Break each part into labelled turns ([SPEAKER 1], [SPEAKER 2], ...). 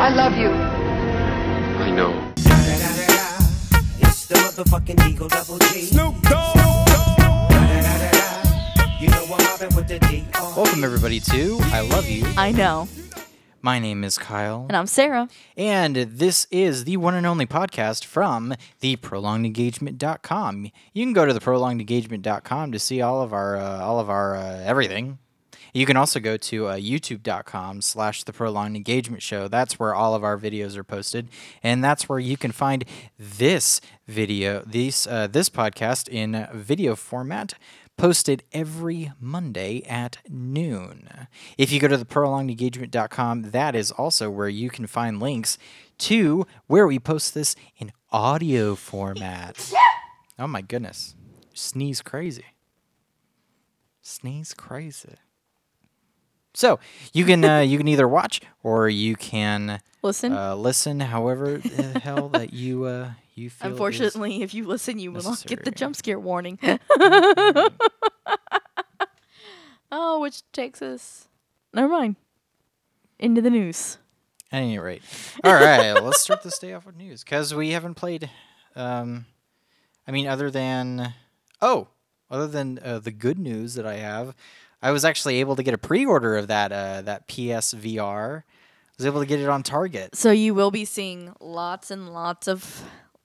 [SPEAKER 1] I love you.
[SPEAKER 2] I know.
[SPEAKER 3] It's the motherfucking Eagle Double G.
[SPEAKER 4] Snoop Dogg.
[SPEAKER 3] You know I'm mobbing with the D. Uh,
[SPEAKER 5] Welcome, everybody, to I Love You.
[SPEAKER 6] I know.
[SPEAKER 5] My name is Kyle,
[SPEAKER 6] And I'm Sarah.
[SPEAKER 5] and this is the one and only podcast from the prolongedengagement.com. You can go to the prolongedengagement.com to see all of our uh, all of our uh, everything. You can also go to uh, youtube.com slash the prolonged engagement show. That's where all of our videos are posted. And that's where you can find this video, these, uh, this podcast in video format posted every Monday at noon. If you go to the prolongedengagement.com, that is also where you can find links to where we post this in audio format. Oh my goodness. Sneeze crazy. Sneeze crazy. So you can uh, you can either watch or you can
[SPEAKER 6] Listen.
[SPEAKER 5] uh, listen. However the hell that you uh, you feel. is-
[SPEAKER 6] Unfortunately, if you listen, you will not get the
[SPEAKER 5] necessary.
[SPEAKER 6] jump scare warning. oh, which takes us. Never mind. Into the news.
[SPEAKER 5] At any rate, all right. let's start this day off with news because we haven't played. Um, I mean, other than oh, other than uh, the good news that I have, I was actually able to get a pre-order of that uh, that PSVR. I was able to get it on Target.
[SPEAKER 6] So you will be seeing lots and lots of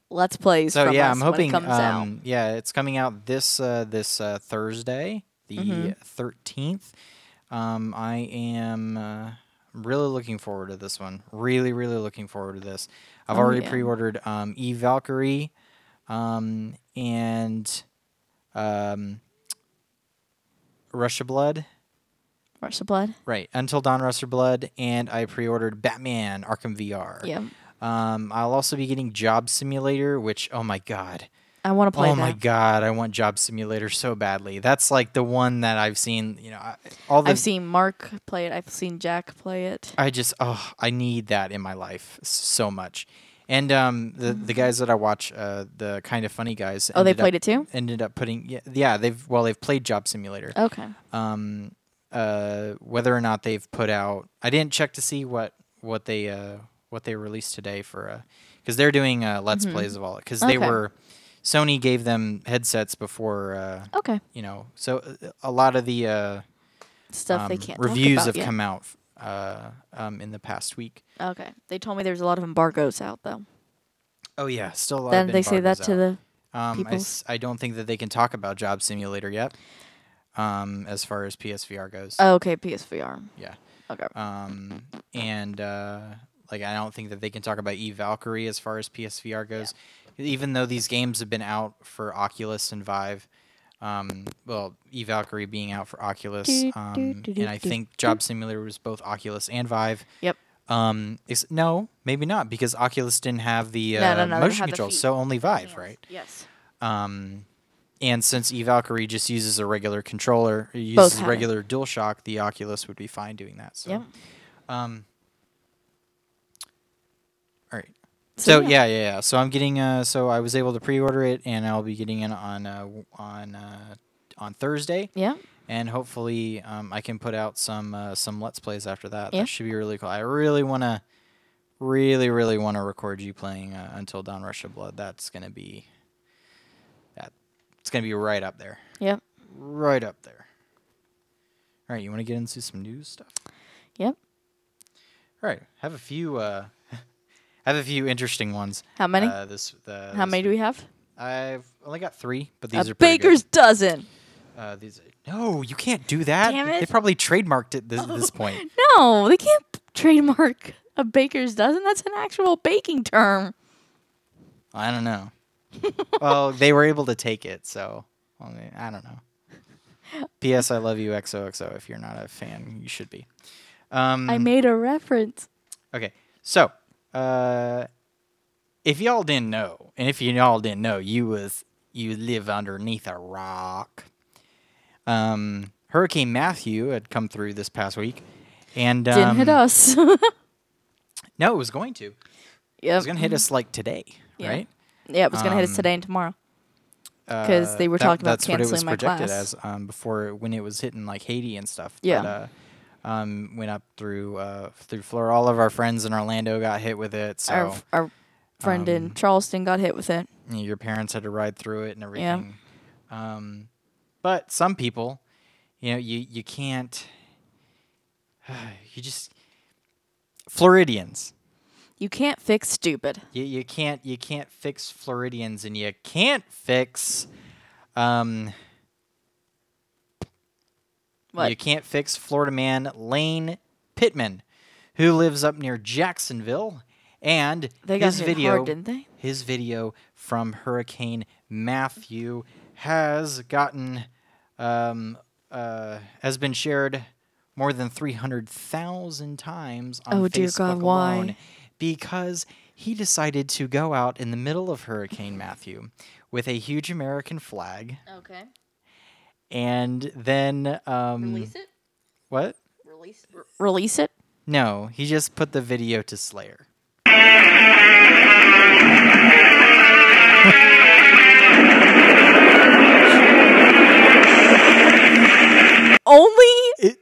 [SPEAKER 6] let's plays.
[SPEAKER 5] So
[SPEAKER 6] from
[SPEAKER 5] yeah,
[SPEAKER 6] us
[SPEAKER 5] I'm hoping.
[SPEAKER 6] when it comes out.
[SPEAKER 5] um, Yeah, it's coming out this uh, this uh, Thursday,
[SPEAKER 6] Mm-hmm.
[SPEAKER 5] the 13th. Um, I am uh, really looking forward to this one. Really, really looking forward to this. I've already
[SPEAKER 6] Oh, yeah.
[SPEAKER 5] pre-ordered um, Eve Valkyrie, um, and um, Russia Blood.
[SPEAKER 6] Rush the blood.
[SPEAKER 5] Right, Until Dawn, Russia Blood, and I pre-ordered Batman Arkham VR.
[SPEAKER 6] Yeah,
[SPEAKER 5] Um, I'll also be getting Job Simulator, which oh my god.
[SPEAKER 6] I want to play
[SPEAKER 5] Oh
[SPEAKER 6] that.
[SPEAKER 5] my god, I want Job Simulator so badly. That's like the one that I've seen. You know, I- all the
[SPEAKER 6] I've seen Mark play it. I've seen Jack play it.
[SPEAKER 5] I just oh, I need that in my life s- so much. And um, the the guys that I watch, uh, the kind of funny guys.
[SPEAKER 6] Oh, they
[SPEAKER 5] ended
[SPEAKER 6] played
[SPEAKER 5] up-
[SPEAKER 6] it too? Oh.
[SPEAKER 5] Ended up putting yeah, yeah they've well they've played Job Simulator.
[SPEAKER 6] Okay.
[SPEAKER 5] Um, uh, whether or not they've put out, I didn't check to see what what they uh what they released today for because they're doing uh, let's plays of all because they
[SPEAKER 6] Mm-hmm. Okay.
[SPEAKER 5] were Sony gave them headsets before. Uh,
[SPEAKER 6] Okay.
[SPEAKER 5] you know so uh, a lot of the uh,
[SPEAKER 6] Stuff they
[SPEAKER 5] um,
[SPEAKER 6] can't talk
[SPEAKER 5] reviews
[SPEAKER 6] about
[SPEAKER 5] have
[SPEAKER 6] yet.
[SPEAKER 5] come out uh, um, in the past week
[SPEAKER 6] Okay. They told me there's a lot of embargoes out though.
[SPEAKER 5] oh yeah still a lot
[SPEAKER 6] Then
[SPEAKER 5] of
[SPEAKER 6] they say that
[SPEAKER 5] embargoes
[SPEAKER 6] to
[SPEAKER 5] out.
[SPEAKER 6] the
[SPEAKER 5] um, I,
[SPEAKER 6] peoples.
[SPEAKER 5] s- I don't think that they can talk about job simulator yet um, as far as psvr goes
[SPEAKER 6] oh, okay PSVR.
[SPEAKER 5] yeah
[SPEAKER 6] Okay.
[SPEAKER 5] um, and uh, like I don't think that they can talk about E Valkyrie as far as PSVR goes, even though these games have been out for Oculus and Vive. Um, well, E Valkyrie being out for Oculus,
[SPEAKER 6] Do, do,
[SPEAKER 5] um,
[SPEAKER 6] do, do,
[SPEAKER 5] and I
[SPEAKER 6] do,
[SPEAKER 5] think Job Simulator was both Oculus and Vive.
[SPEAKER 6] Yep.
[SPEAKER 5] Um, ex- no, maybe not because Oculus didn't have the uh,
[SPEAKER 6] No, no, no, they
[SPEAKER 5] motion
[SPEAKER 6] had the
[SPEAKER 5] controls,
[SPEAKER 6] feet.
[SPEAKER 5] so only Vive, right?
[SPEAKER 6] Yes.
[SPEAKER 5] Um, and since E Valkyrie just uses a regular controller, it uses a
[SPEAKER 6] had it.
[SPEAKER 5] regular DualShock, the Oculus would be fine doing that. So.
[SPEAKER 6] Yep.
[SPEAKER 5] Um. All right. So,
[SPEAKER 6] So,
[SPEAKER 5] yeah. yeah, yeah, So I'm getting. Uh, so I was able to pre-order it, and I'll be getting it on uh, w- on uh, on Thursday,
[SPEAKER 6] Yeah.
[SPEAKER 5] and hopefully um, I can put out some uh, some let's plays after that.
[SPEAKER 6] Yeah.
[SPEAKER 5] That should be really cool. I really want to, really, really want to record you playing uh, Until Dawn, Russia Blood. That's gonna be. That it's gonna be right up there,
[SPEAKER 6] Yep.
[SPEAKER 5] right up there. All right, you want to get into some news stuff?
[SPEAKER 6] Yep.
[SPEAKER 5] All right, have a few. Uh, have a few interesting ones.
[SPEAKER 6] How many?
[SPEAKER 5] Uh, this. Uh,
[SPEAKER 6] How many do we have?
[SPEAKER 5] I've only got three, but these
[SPEAKER 6] a
[SPEAKER 5] are pretty good.
[SPEAKER 6] baker's dozen.
[SPEAKER 5] Uh, these. Are, no, you can't do that.
[SPEAKER 6] Damn
[SPEAKER 5] They
[SPEAKER 6] it.
[SPEAKER 5] probably trademarked it this, this point.
[SPEAKER 6] No, they can't trademark a baker's dozen. That's an actual baking term.
[SPEAKER 5] I don't know. well, they were able to take it, so well, I mean, I don't know. P.S. I love you XOXO. If you're not a fan, you should be. Um,
[SPEAKER 6] I made a reference.
[SPEAKER 5] Okay, so uh, if y'all didn't know, and if y'all didn't know, you was you live underneath a rock. Um, Hurricane Matthew had come through this past week, and um,
[SPEAKER 6] Didn't hit us.
[SPEAKER 5] no, it was going to.
[SPEAKER 6] Yep.
[SPEAKER 5] It's gonna hit us like today,
[SPEAKER 6] Yeah.
[SPEAKER 5] right?
[SPEAKER 6] Yep, it's gonna hit us
[SPEAKER 5] Um,
[SPEAKER 6] today and tomorrow. 'Cause they were
[SPEAKER 5] that-
[SPEAKER 6] talking about
[SPEAKER 5] that's what it was
[SPEAKER 6] canceling my
[SPEAKER 5] projected
[SPEAKER 6] class.
[SPEAKER 5] as um, before when it was hitting like Haiti and stuff.
[SPEAKER 6] Yeah.
[SPEAKER 5] But, uh, um, went up through uh, through Florida. All of our friends in Orlando got hit with it. So um,
[SPEAKER 6] Our our friend in Charleston got hit with it.
[SPEAKER 5] you know, your parents had to ride through it and everything. Um, but some people, you know, you you can't. You just Floridians.
[SPEAKER 6] You can't fix stupid.
[SPEAKER 5] You, you can't you can't fix Floridians and you can't fix um
[SPEAKER 6] What?
[SPEAKER 5] you can't fix Florida man Lane Pittman who lives up near Jacksonville and
[SPEAKER 6] They got
[SPEAKER 5] his
[SPEAKER 6] hit hard,
[SPEAKER 5] video
[SPEAKER 6] didn't they?
[SPEAKER 5] his video from Hurricane Matthew has gotten um uh has been shared more than 300,000 times on
[SPEAKER 6] Oh,
[SPEAKER 5] Facebook
[SPEAKER 6] dear God, why?
[SPEAKER 5] alone because he decided to go out in the middle of Hurricane Matthew with a huge American flag
[SPEAKER 6] Okay.
[SPEAKER 5] and then um
[SPEAKER 6] it.
[SPEAKER 5] what?
[SPEAKER 6] Release. release it.
[SPEAKER 5] No, he just put the video to Slayer.
[SPEAKER 6] Only,
[SPEAKER 5] It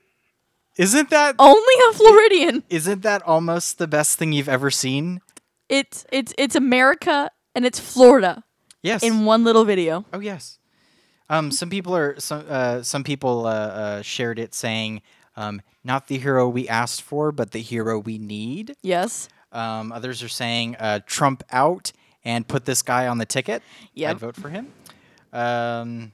[SPEAKER 5] isn't that
[SPEAKER 6] only a Floridian.
[SPEAKER 5] not that almost the best thing you've ever seen?
[SPEAKER 6] It's it's it's America and it's Florida
[SPEAKER 5] Yes.
[SPEAKER 6] in one little video.
[SPEAKER 5] Oh yes. Um, some people are some uh, some people uh, uh, shared it saying, um, "Not the hero we asked for, but the hero we need."
[SPEAKER 6] Yes.
[SPEAKER 5] Um, others are saying, uh, "Trump out and put this guy on the ticket."
[SPEAKER 6] Yep.
[SPEAKER 5] I'd vote for him. Um,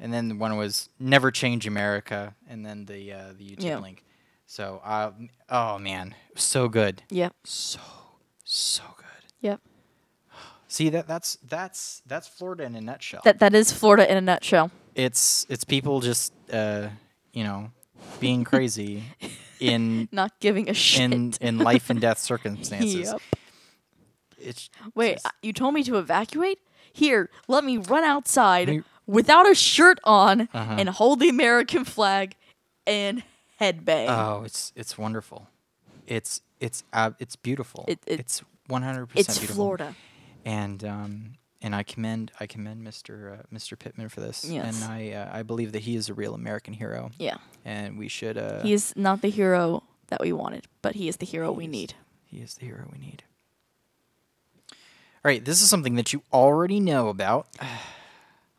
[SPEAKER 5] and then one was "Never change America," and then the uh, the YouTube
[SPEAKER 6] Yeah.
[SPEAKER 5] link. So, uh, oh man, so good,
[SPEAKER 6] Yep.
[SPEAKER 5] so so good.
[SPEAKER 6] Yep.
[SPEAKER 5] See that that's that's that's Florida in a nutshell.
[SPEAKER 6] That that is Florida in a nutshell.
[SPEAKER 5] it's it's people just uh you know being crazy in
[SPEAKER 6] Not giving a shit.
[SPEAKER 5] in in life and death circumstances
[SPEAKER 6] Yep.
[SPEAKER 5] it's
[SPEAKER 6] Wait,
[SPEAKER 5] just-
[SPEAKER 6] uh, you told me to evacuate? Here, let me Uh-huh. run outside
[SPEAKER 5] Me-
[SPEAKER 6] without a shirt on and hold the American flag and headbang.
[SPEAKER 5] oh it's it's wonderful it's it's uh, it's beautiful
[SPEAKER 6] It- it-
[SPEAKER 5] it's 100%
[SPEAKER 6] it's
[SPEAKER 5] beautiful.
[SPEAKER 6] Florida.
[SPEAKER 5] and um and I commend I commend Mr. Uh, Mr. Pittman for this
[SPEAKER 6] Yes.
[SPEAKER 5] and I uh, I believe that he is a real American hero
[SPEAKER 6] Yeah.
[SPEAKER 5] and we should uh
[SPEAKER 6] He is not the hero that we wanted, but he is the hero we need.
[SPEAKER 5] He is the hero we need. All right, this is something that you already know about,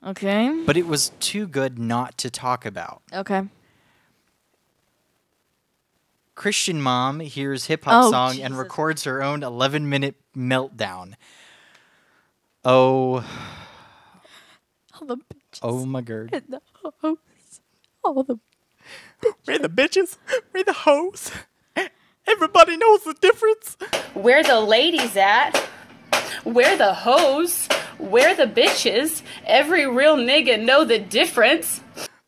[SPEAKER 6] Okay.
[SPEAKER 5] but it was too good not to talk about.
[SPEAKER 6] Okay.
[SPEAKER 5] Christian mom hears hip hop
[SPEAKER 6] Oh,
[SPEAKER 5] song and
[SPEAKER 6] Jesus.
[SPEAKER 5] records her own 11 minute meltdown. Oh,
[SPEAKER 6] All the bitches
[SPEAKER 5] oh my god.
[SPEAKER 6] in the hoes. All the
[SPEAKER 5] We're the bitches, we're the hoes. Everybody knows the difference.
[SPEAKER 1] Where the ladies at? Where the hoes? Where the bitches? Every real nigga know the difference.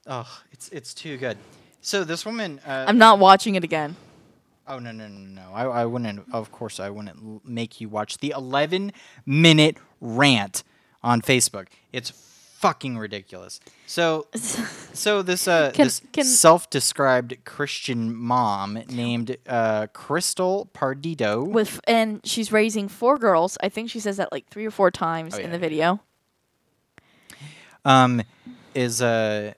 [SPEAKER 5] Oh, it's it's too good. So this woman, uh,
[SPEAKER 6] I'm not watching it again.
[SPEAKER 5] Oh no no no no! I, I wouldn't. Of course, I wouldn't l- make you watch the 11 minute rant on Facebook. It's fucking ridiculous. So, so this uh
[SPEAKER 6] Can-
[SPEAKER 5] this
[SPEAKER 6] can-
[SPEAKER 5] self described Christian mom named uh Crystal Pardido.
[SPEAKER 6] With and she's raising four girls. I think she says that like three or four times
[SPEAKER 5] yeah,
[SPEAKER 6] in the
[SPEAKER 5] yeah.
[SPEAKER 6] video.
[SPEAKER 5] um, is uh,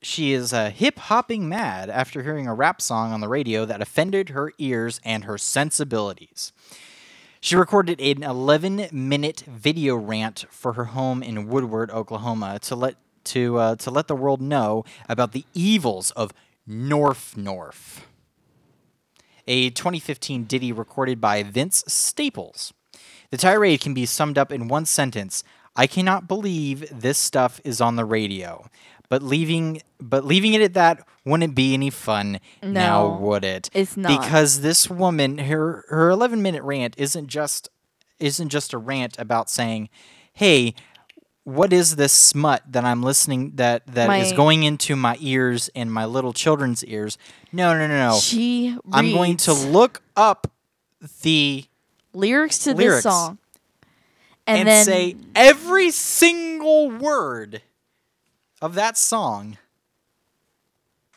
[SPEAKER 5] she is uh, hip hopping mad after hearing a rap song on the radio that offended her ears and her sensibilities. She recorded an 11 minute video rant for her home in Woodward, Oklahoma, to let to uh, to let the world know about the evils of Norf Norf. A 2015 ditty recorded by Vince Staples. The tirade can be summed up in one sentence. I cannot believe this stuff is on the radio. But leaving but leaving it at that wouldn't be any fun now,
[SPEAKER 6] No,
[SPEAKER 5] would it?
[SPEAKER 6] it's not.
[SPEAKER 5] Because this woman her her 11 minute rant isn't just isn't just a rant about saying, "Hey, what is this smut that I'm listening that that is
[SPEAKER 6] My-
[SPEAKER 5] going into my ears and my little children's ears?" No, no, no, no.
[SPEAKER 6] She reads
[SPEAKER 5] I'm going to look up the
[SPEAKER 6] lyrics to
[SPEAKER 5] lyrics
[SPEAKER 6] this song
[SPEAKER 5] and,
[SPEAKER 6] and, then
[SPEAKER 5] say every single word of that song.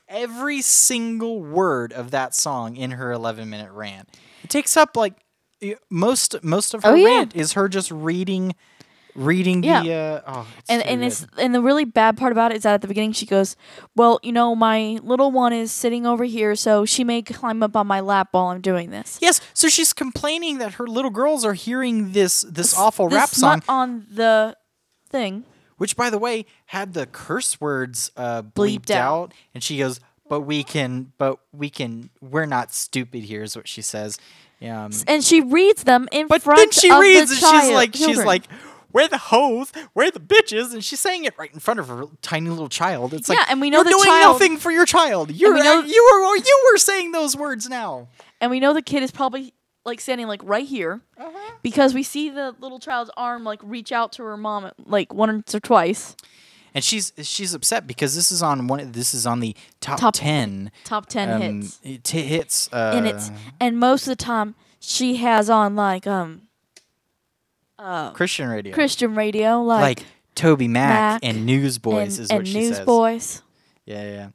[SPEAKER 5] Every single word of that song in her 11 minute rant. It takes up like y- most most of her
[SPEAKER 6] Oh, yeah.
[SPEAKER 5] rant is her just reading, reading the. Uh, oh, it's
[SPEAKER 6] and
[SPEAKER 5] so
[SPEAKER 6] and
[SPEAKER 5] good.
[SPEAKER 6] it's and the really bad part about it is that at the beginning she goes, "Well, you know, my little one is sitting over here, so she may climb up on my lap while I'm doing this."
[SPEAKER 5] yes. So she's complaining that her little girls are hearing this this awful
[SPEAKER 6] This
[SPEAKER 5] rap song,
[SPEAKER 6] smut on the thing.
[SPEAKER 5] which by the way had the curse words uh, bleeped,
[SPEAKER 6] Bleeped out.
[SPEAKER 5] out. and she goes, "But we can, but we can, we're not stupid." Here is what she says. Um,
[SPEAKER 6] and she reads them in
[SPEAKER 5] but
[SPEAKER 6] front
[SPEAKER 5] then she
[SPEAKER 6] of
[SPEAKER 5] reads
[SPEAKER 6] the
[SPEAKER 5] and
[SPEAKER 6] child,
[SPEAKER 5] she's like she's
[SPEAKER 6] children.
[SPEAKER 5] like where the hoes where the bitches and she's saying it right in front of her tiny little child it's
[SPEAKER 6] Yeah,
[SPEAKER 5] like
[SPEAKER 6] and we know
[SPEAKER 5] you're
[SPEAKER 6] the
[SPEAKER 5] doing
[SPEAKER 6] child-
[SPEAKER 5] nothing for your child you're
[SPEAKER 6] we know-
[SPEAKER 5] act- you were you were saying those words now
[SPEAKER 6] and we know the kid is probably like standing like right here
[SPEAKER 5] Uh-huh.
[SPEAKER 6] because we see the little child's arm like reach out to her mom like once or twice.
[SPEAKER 5] and she's she's upset because this is on one this is on the top,
[SPEAKER 6] Top-
[SPEAKER 5] 10
[SPEAKER 6] Top ten
[SPEAKER 5] um,
[SPEAKER 6] hits,
[SPEAKER 5] t- hits uh,
[SPEAKER 6] and it's and most of the time she has on like um
[SPEAKER 5] christian radio
[SPEAKER 6] Christian radio like,
[SPEAKER 5] like Toby Mac,
[SPEAKER 6] Mac
[SPEAKER 5] and Newsboys
[SPEAKER 6] and,
[SPEAKER 5] is
[SPEAKER 6] and
[SPEAKER 5] what she says.
[SPEAKER 6] Newsboys.
[SPEAKER 5] Yeah, yeah.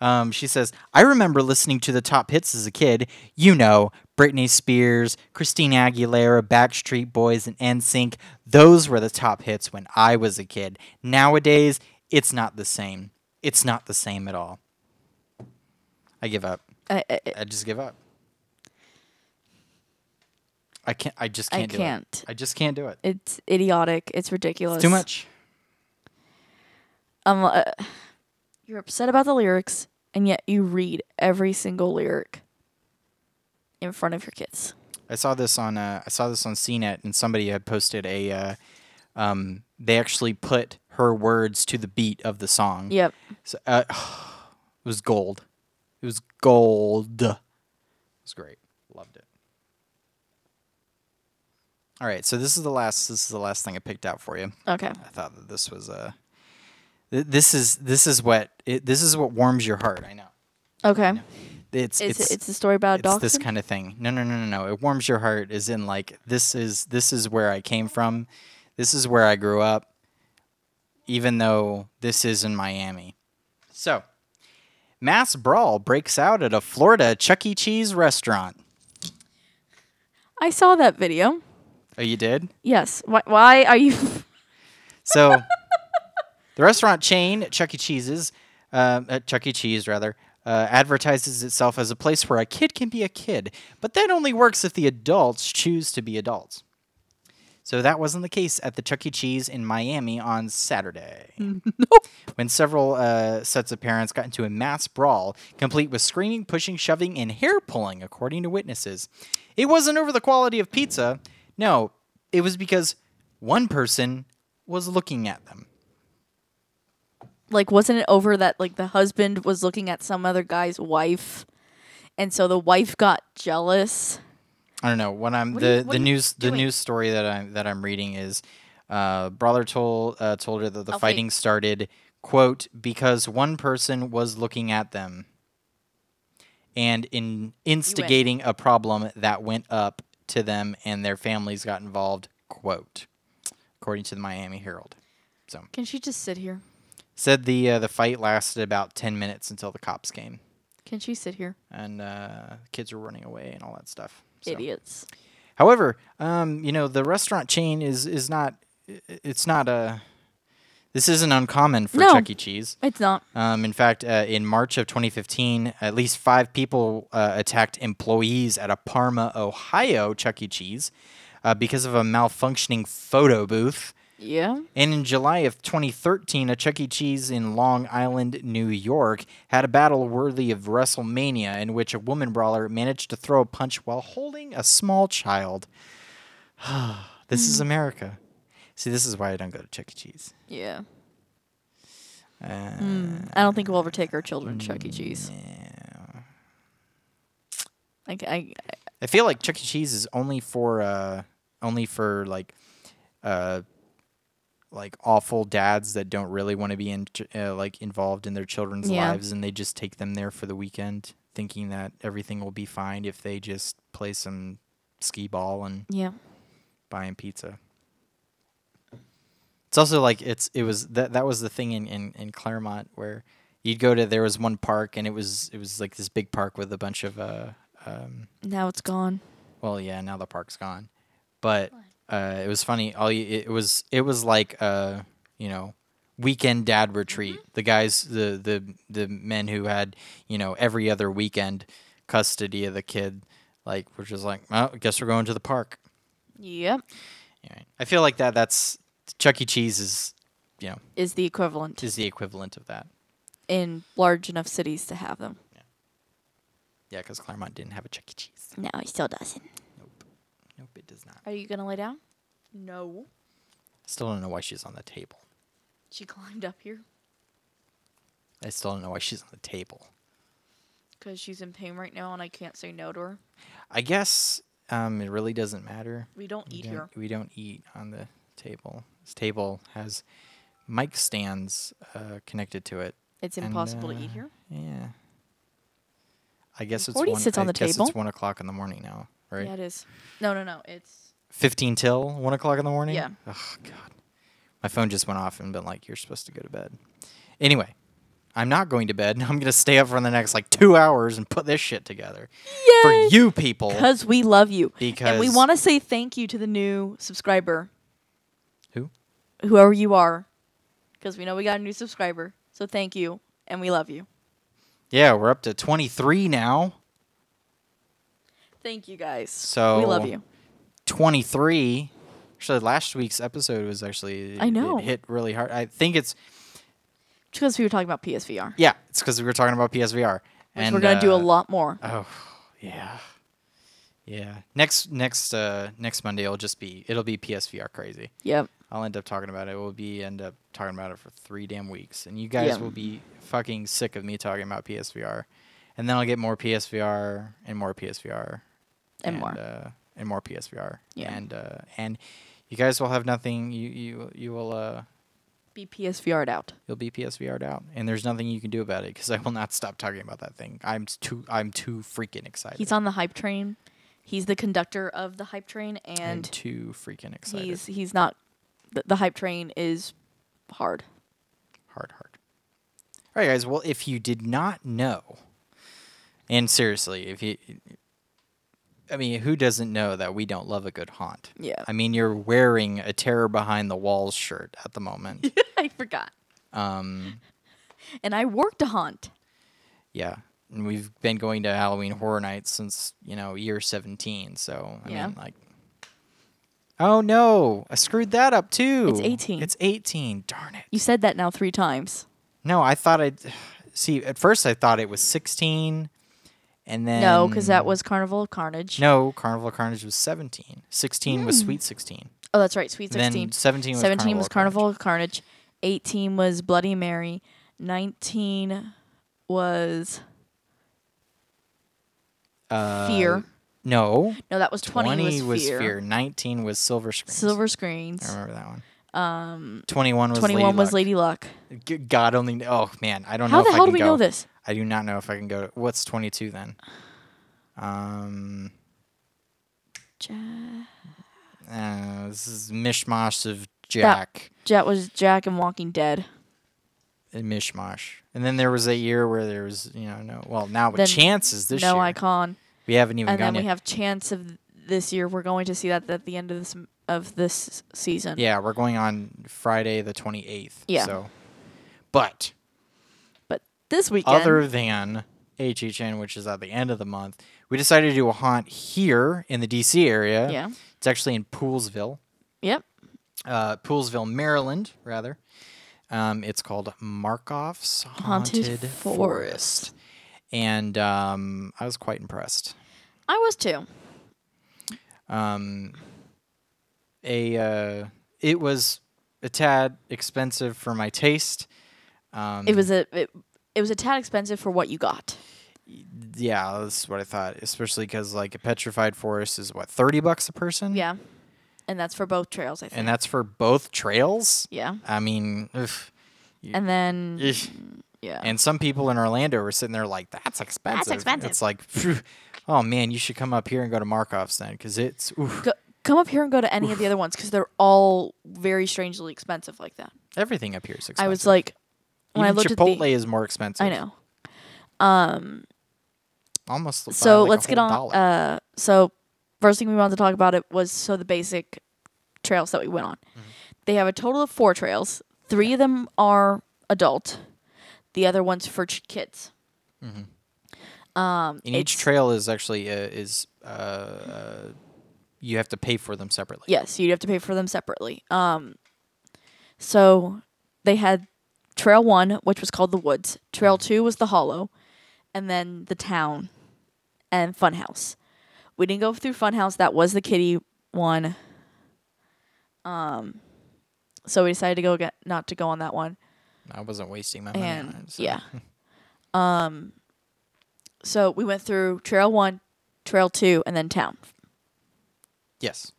[SPEAKER 5] yeah. Um, she says, I remember listening to the top hits as a kid. You know, Britney Spears, Christina Aguilera, Backstreet Boys, and NSYNC. Those were the top hits when I was a kid. Nowadays, it's not the same. It's not the same at all. I give up.
[SPEAKER 6] I, I, I-
[SPEAKER 5] I just give up. I can't. I just
[SPEAKER 6] I
[SPEAKER 5] can't. do it.
[SPEAKER 6] can't.
[SPEAKER 5] I just can't do it.
[SPEAKER 6] it's idiotic. It's ridiculous.
[SPEAKER 5] It's too much.
[SPEAKER 6] Um, uh, you're upset about the lyrics, and yet you read every single lyric in front of your kids.
[SPEAKER 5] I saw this on uh, I saw this on CNET, and somebody had posted a. Uh, um, they actually put her words to the beat of the song.
[SPEAKER 6] Yep.
[SPEAKER 5] So, uh, it was gold. It was gold. It was great. Loved it. All right, so this is the last. This is the last thing I picked out for you.
[SPEAKER 6] Okay.
[SPEAKER 5] I thought that this was Uh, th- this is this is what it, this is what warms your heart. I know.
[SPEAKER 6] Okay.
[SPEAKER 5] It's
[SPEAKER 6] It's
[SPEAKER 5] it's
[SPEAKER 6] it's, a story about a
[SPEAKER 5] it's
[SPEAKER 6] dog.
[SPEAKER 5] this kind of thing. No, no, no, no, no. It warms your heart. Is in like this is this is where I came from. This is where I grew up. Even though this is in Miami, so mass brawl breaks out at a Florida Chuck E. Cheese restaurant.
[SPEAKER 6] I saw that video.
[SPEAKER 5] Oh, you did?
[SPEAKER 6] Yes. Why, why are you?
[SPEAKER 5] So, the restaurant chain Chuck E. Cheese's, uh, at Chuck E. Cheese rather, uh, advertises itself as a place where a kid can be a kid, but that only works if the adults choose to be adults. So that wasn't the case at the Chuck E. Cheese in Miami on Saturday. When several uh, sets of parents got into a mass brawl, complete with screaming, pushing, shoving, and hair pulling, according to witnesses. It wasn't over the quality of pizza. No, it was because one person was looking at them.
[SPEAKER 6] like, wasn't it over that like the husband was looking at some other guy's wife, and so the wife got jealous?
[SPEAKER 5] I don't know. When I'm
[SPEAKER 6] are you-
[SPEAKER 5] the, the
[SPEAKER 6] what are you
[SPEAKER 5] news the
[SPEAKER 6] doing?
[SPEAKER 5] news story that I'm that I'm reading is uh brother told uh, told her that the
[SPEAKER 6] Oh, wait.
[SPEAKER 5] fighting started quote because one person was looking at them and in instigating a problem that went up to them and their families got involved quote according to the Miami Herald. So
[SPEAKER 6] Can she just sit here?
[SPEAKER 5] said the uh, the fight lasted about 10 minutes until the cops came
[SPEAKER 6] Can she sit here?
[SPEAKER 5] and uh, kids were running away and all that stuff. So-
[SPEAKER 6] Idiots.
[SPEAKER 5] However, um, you know the restaurant chain is is not i- it's not a this isn't uncommon for
[SPEAKER 6] No.
[SPEAKER 5] Chuck E. Cheese.
[SPEAKER 6] It's not.
[SPEAKER 5] Um, in fact, uh, in March of 2015, at least five people uh, attacked employees at a Parma, Ohio Chuck E. Cheese uh, because of a malfunctioning photo booth.
[SPEAKER 6] Yeah.
[SPEAKER 5] And in July of 2013, a Chuck E. Cheese in Long Island, New York, had a battle worthy of WrestleMania in which a woman brawler managed to throw a punch while holding a small child. this is America. See, this is why I don't go to Chuck E. Cheese.
[SPEAKER 6] Yeah.
[SPEAKER 5] Uh,
[SPEAKER 6] Hmm. I don't think we'll ever take our children to Chuck E. Cheese. Like I, I
[SPEAKER 5] I feel like Chuck E. Cheese is only for uh, only for like uh, like awful dads that don't really want to be in, uh, like involved in their children's
[SPEAKER 6] Yeah.
[SPEAKER 5] lives, and they just take them there for the weekend, thinking that everything will be fine if they just play some skee ball and
[SPEAKER 6] yeah.
[SPEAKER 5] buying pizza. It's also like it's it was that that was the thing in, in, in Claremont where you'd go to there was one park and it was it was like this big park with a bunch of uh,
[SPEAKER 6] Now it's gone.
[SPEAKER 5] Well, yeah, now the park's gone. But uh, it was funny. All you, it was it was like uh, you know, weekend dad retreat. The guys, the the the men who had you know every other weekend custody of the kid, like were just like, oh, I guess we're going to the park.
[SPEAKER 6] Yep.
[SPEAKER 5] Anyway, I feel like that. That's Chuck E. Cheese is you know
[SPEAKER 6] Is the equivalent
[SPEAKER 5] is the equivalent of that.
[SPEAKER 6] in large enough cities to have them.
[SPEAKER 5] Yeah, because Claremont didn't have a Chuck E. Cheese.
[SPEAKER 6] No, it still doesn't.
[SPEAKER 5] Nope, it does not.
[SPEAKER 6] Are you gonna lay down? No.
[SPEAKER 5] Still don't know why she's on the table.
[SPEAKER 6] She climbed up here
[SPEAKER 5] I still don't know why she's on the table.
[SPEAKER 6] because she's in pain right now, and I can't say no to her.
[SPEAKER 5] I guess um, it really doesn't matter.
[SPEAKER 6] We don't
[SPEAKER 5] We
[SPEAKER 6] eat
[SPEAKER 5] don't,
[SPEAKER 6] here.
[SPEAKER 5] we don't eat on the table. This table has mic stands uh, connected to it.
[SPEAKER 6] It's
[SPEAKER 5] And,
[SPEAKER 6] impossible to
[SPEAKER 5] uh,
[SPEAKER 6] eat here.
[SPEAKER 5] Yeah. I guess it's
[SPEAKER 6] Forty
[SPEAKER 5] one,
[SPEAKER 6] sits
[SPEAKER 5] I
[SPEAKER 6] on the
[SPEAKER 5] guess
[SPEAKER 6] table.
[SPEAKER 5] It's one o'clock in the morning now, right?
[SPEAKER 6] Yeah, it is. No, no, no. It's
[SPEAKER 5] Fifteen till one o'clock in the morning.
[SPEAKER 6] Yeah.
[SPEAKER 5] Oh God, my phone just went off and been like, "You're supposed to go to bed." Anyway, I'm not going to bed. I'm gonna stay up for the next like two hours and put this shit together for you people.
[SPEAKER 6] because we love you, and we
[SPEAKER 5] Because-
[SPEAKER 6] want to say thank you to the new subscriber,
[SPEAKER 5] Who?
[SPEAKER 6] whoever you are, because we know we got a new subscriber. So thank you, and we love you.
[SPEAKER 5] Yeah, we're up to 23 now.
[SPEAKER 6] Thank you guys.
[SPEAKER 5] So-
[SPEAKER 6] we love you.
[SPEAKER 5] 23. Actually, last week's episode was actually.
[SPEAKER 6] I
[SPEAKER 5] it-
[SPEAKER 6] know.
[SPEAKER 5] It hit really hard. I think it's.
[SPEAKER 6] Because we were talking about PSVR,
[SPEAKER 5] Yeah, it's because we were talking about PSVR.
[SPEAKER 6] which
[SPEAKER 5] And
[SPEAKER 6] we're gonna do a
[SPEAKER 5] uh,
[SPEAKER 6] lot more.
[SPEAKER 5] Yeah. Yeah. Next next uh next Monday it'll just be it'll be PSVR crazy.
[SPEAKER 6] yep.
[SPEAKER 5] I'll end up talking about it. We'll be end up talking about it for three damn weeks, and you guys
[SPEAKER 6] Yeah.
[SPEAKER 5] will be fucking sick of me talking about PSVR, and then I'll get more PSVR and more PSVR
[SPEAKER 6] And more.
[SPEAKER 5] uh, and more PSVR.
[SPEAKER 6] Yeah.
[SPEAKER 5] and uh, and you guys will have nothing. You you you will uh
[SPEAKER 6] Be PSVR'd out.
[SPEAKER 5] you'll be PSVR'd out, and there's nothing you can do about it because I will not stop talking about that thing. I'm too I'm too freaking excited.
[SPEAKER 6] He's on the hype train. He's the conductor of the hype train,
[SPEAKER 5] I'm
[SPEAKER 6] and
[SPEAKER 5] too freaking excited.
[SPEAKER 6] he's he's not. The, the hype train is hard.
[SPEAKER 5] hard, hard. All right, guys. Well, if you did not know, and seriously, if you, I mean, who doesn't know that we don't love a good haunt?
[SPEAKER 6] Yeah.
[SPEAKER 5] I mean, you're wearing a terror behind the walls shirt at the moment.
[SPEAKER 6] I forgot.
[SPEAKER 5] um,
[SPEAKER 6] And I worked a haunt.
[SPEAKER 5] yeah. And we've been going to Halloween Horror Nights since you know year seventeen. So I
[SPEAKER 6] Yeah.
[SPEAKER 5] mean, like, oh no, I screwed that up too.
[SPEAKER 6] 18.
[SPEAKER 5] It's eighteen. Darn it.
[SPEAKER 6] You said that now three times.
[SPEAKER 5] No, I thought I'd see. At first, I thought it was sixteen, and then
[SPEAKER 6] No, because that was Carnival of Carnage.
[SPEAKER 5] no Carnival of Carnage was seventeen. Sixteen was Sweet Sixteen.
[SPEAKER 6] Oh, that's right. Sweet
[SPEAKER 5] Then
[SPEAKER 6] 16.
[SPEAKER 5] 17 was Carnival
[SPEAKER 6] was
[SPEAKER 5] of Carnage.
[SPEAKER 6] Carnival of Carnage. 18 was Bloody Mary. 19 was Fear.
[SPEAKER 5] No,
[SPEAKER 6] No, that was 20, was,
[SPEAKER 5] Uh, was
[SPEAKER 6] Fear.
[SPEAKER 5] Nineteen was Silver Screens.
[SPEAKER 6] Silver
[SPEAKER 5] I
[SPEAKER 6] Screens.
[SPEAKER 5] remember that one. Um, twenty-one was
[SPEAKER 6] 21
[SPEAKER 5] Lady
[SPEAKER 6] was
[SPEAKER 5] Luck.
[SPEAKER 6] Lady Luck.
[SPEAKER 5] G- God only. kn- Oh man, I don't
[SPEAKER 6] How
[SPEAKER 5] know.
[SPEAKER 6] the
[SPEAKER 5] if I
[SPEAKER 6] hell do
[SPEAKER 5] can
[SPEAKER 6] we know
[SPEAKER 5] go.
[SPEAKER 6] this?
[SPEAKER 5] I do not know if I can go. To, what's twenty-two then? Um,
[SPEAKER 6] Ja-
[SPEAKER 5] uh, this is mishmash of Jack.
[SPEAKER 6] Jet was Jack and Walking Dead.
[SPEAKER 5] a mishmash. And then there was a year where there was, you know, no. Well, now with
[SPEAKER 6] Then
[SPEAKER 5] chances this
[SPEAKER 6] no
[SPEAKER 5] year,
[SPEAKER 6] Icon.
[SPEAKER 5] we haven't even
[SPEAKER 6] And
[SPEAKER 5] gone
[SPEAKER 6] then we
[SPEAKER 5] yet.
[SPEAKER 6] have Chance of this year. We're going to see that at the end of this of this season.
[SPEAKER 5] yeah, we're going on Friday the twenty eighth.
[SPEAKER 6] Yeah.
[SPEAKER 5] So, but
[SPEAKER 6] But this weekend.
[SPEAKER 5] other than HHN, which is at the end of the month, we decided to do a haunt here in the DC area.
[SPEAKER 6] Yeah.
[SPEAKER 5] It's actually in Poolsville,
[SPEAKER 6] Yep.
[SPEAKER 5] uh, Poolsville, Maryland, rather. Um, it's called Markov's Haunted,
[SPEAKER 6] Haunted
[SPEAKER 5] Forest. And um, I was quite impressed.
[SPEAKER 6] I was too.
[SPEAKER 5] um, a uh, it was a tad expensive for my taste. Um,
[SPEAKER 6] It was a it, it was a tad expensive for what you got.
[SPEAKER 5] yeah, that's what I thought. Especially because like a petrified forest is what thirty bucks a person.
[SPEAKER 6] Yeah. And that's for both trails, I think.
[SPEAKER 5] and that's for both trails.
[SPEAKER 6] yeah.
[SPEAKER 5] I mean, oof,
[SPEAKER 6] And then
[SPEAKER 5] eesh.
[SPEAKER 6] yeah.
[SPEAKER 5] and some people in Orlando were sitting there like, "That's expensive." That's expensive. It's like, phew, oh man, you should come up here and go to Markov's then, because it's oof,
[SPEAKER 6] go, come up here and go to any of the other ones cuz they're all very strangely expensive like that.
[SPEAKER 5] everything up here is expensive.
[SPEAKER 6] I was like when
[SPEAKER 5] Even
[SPEAKER 6] I looked
[SPEAKER 5] Chipotle
[SPEAKER 6] at the
[SPEAKER 5] is more expensive.
[SPEAKER 6] I know.
[SPEAKER 5] almost. by,
[SPEAKER 6] So
[SPEAKER 5] like, a
[SPEAKER 6] let's get
[SPEAKER 5] whole
[SPEAKER 6] on
[SPEAKER 5] dollar.
[SPEAKER 6] uh so first thing we wanted to talk about it was so the basic trails that we went on. They have a total of four trails. Three of them are adult. The other one's for ch- kids.
[SPEAKER 5] And each
[SPEAKER 6] It's-
[SPEAKER 5] trail is actually uh, is uh, uh, you have to pay for them separately.
[SPEAKER 6] Yes, you'd have to pay for them separately. Um, so they had Trail One, which was called the Woods. Trail Two was the Hollow, and then the Town and Funhouse. We didn't go through Funhouse. That was the kiddie one. Um, so we decided to go get not to go on that one
[SPEAKER 5] I wasn't wasting my money. on
[SPEAKER 6] and
[SPEAKER 5] it, so-
[SPEAKER 6] yeah. um, so we went through Trail One, Trail Two, and then Town
[SPEAKER 5] Yes.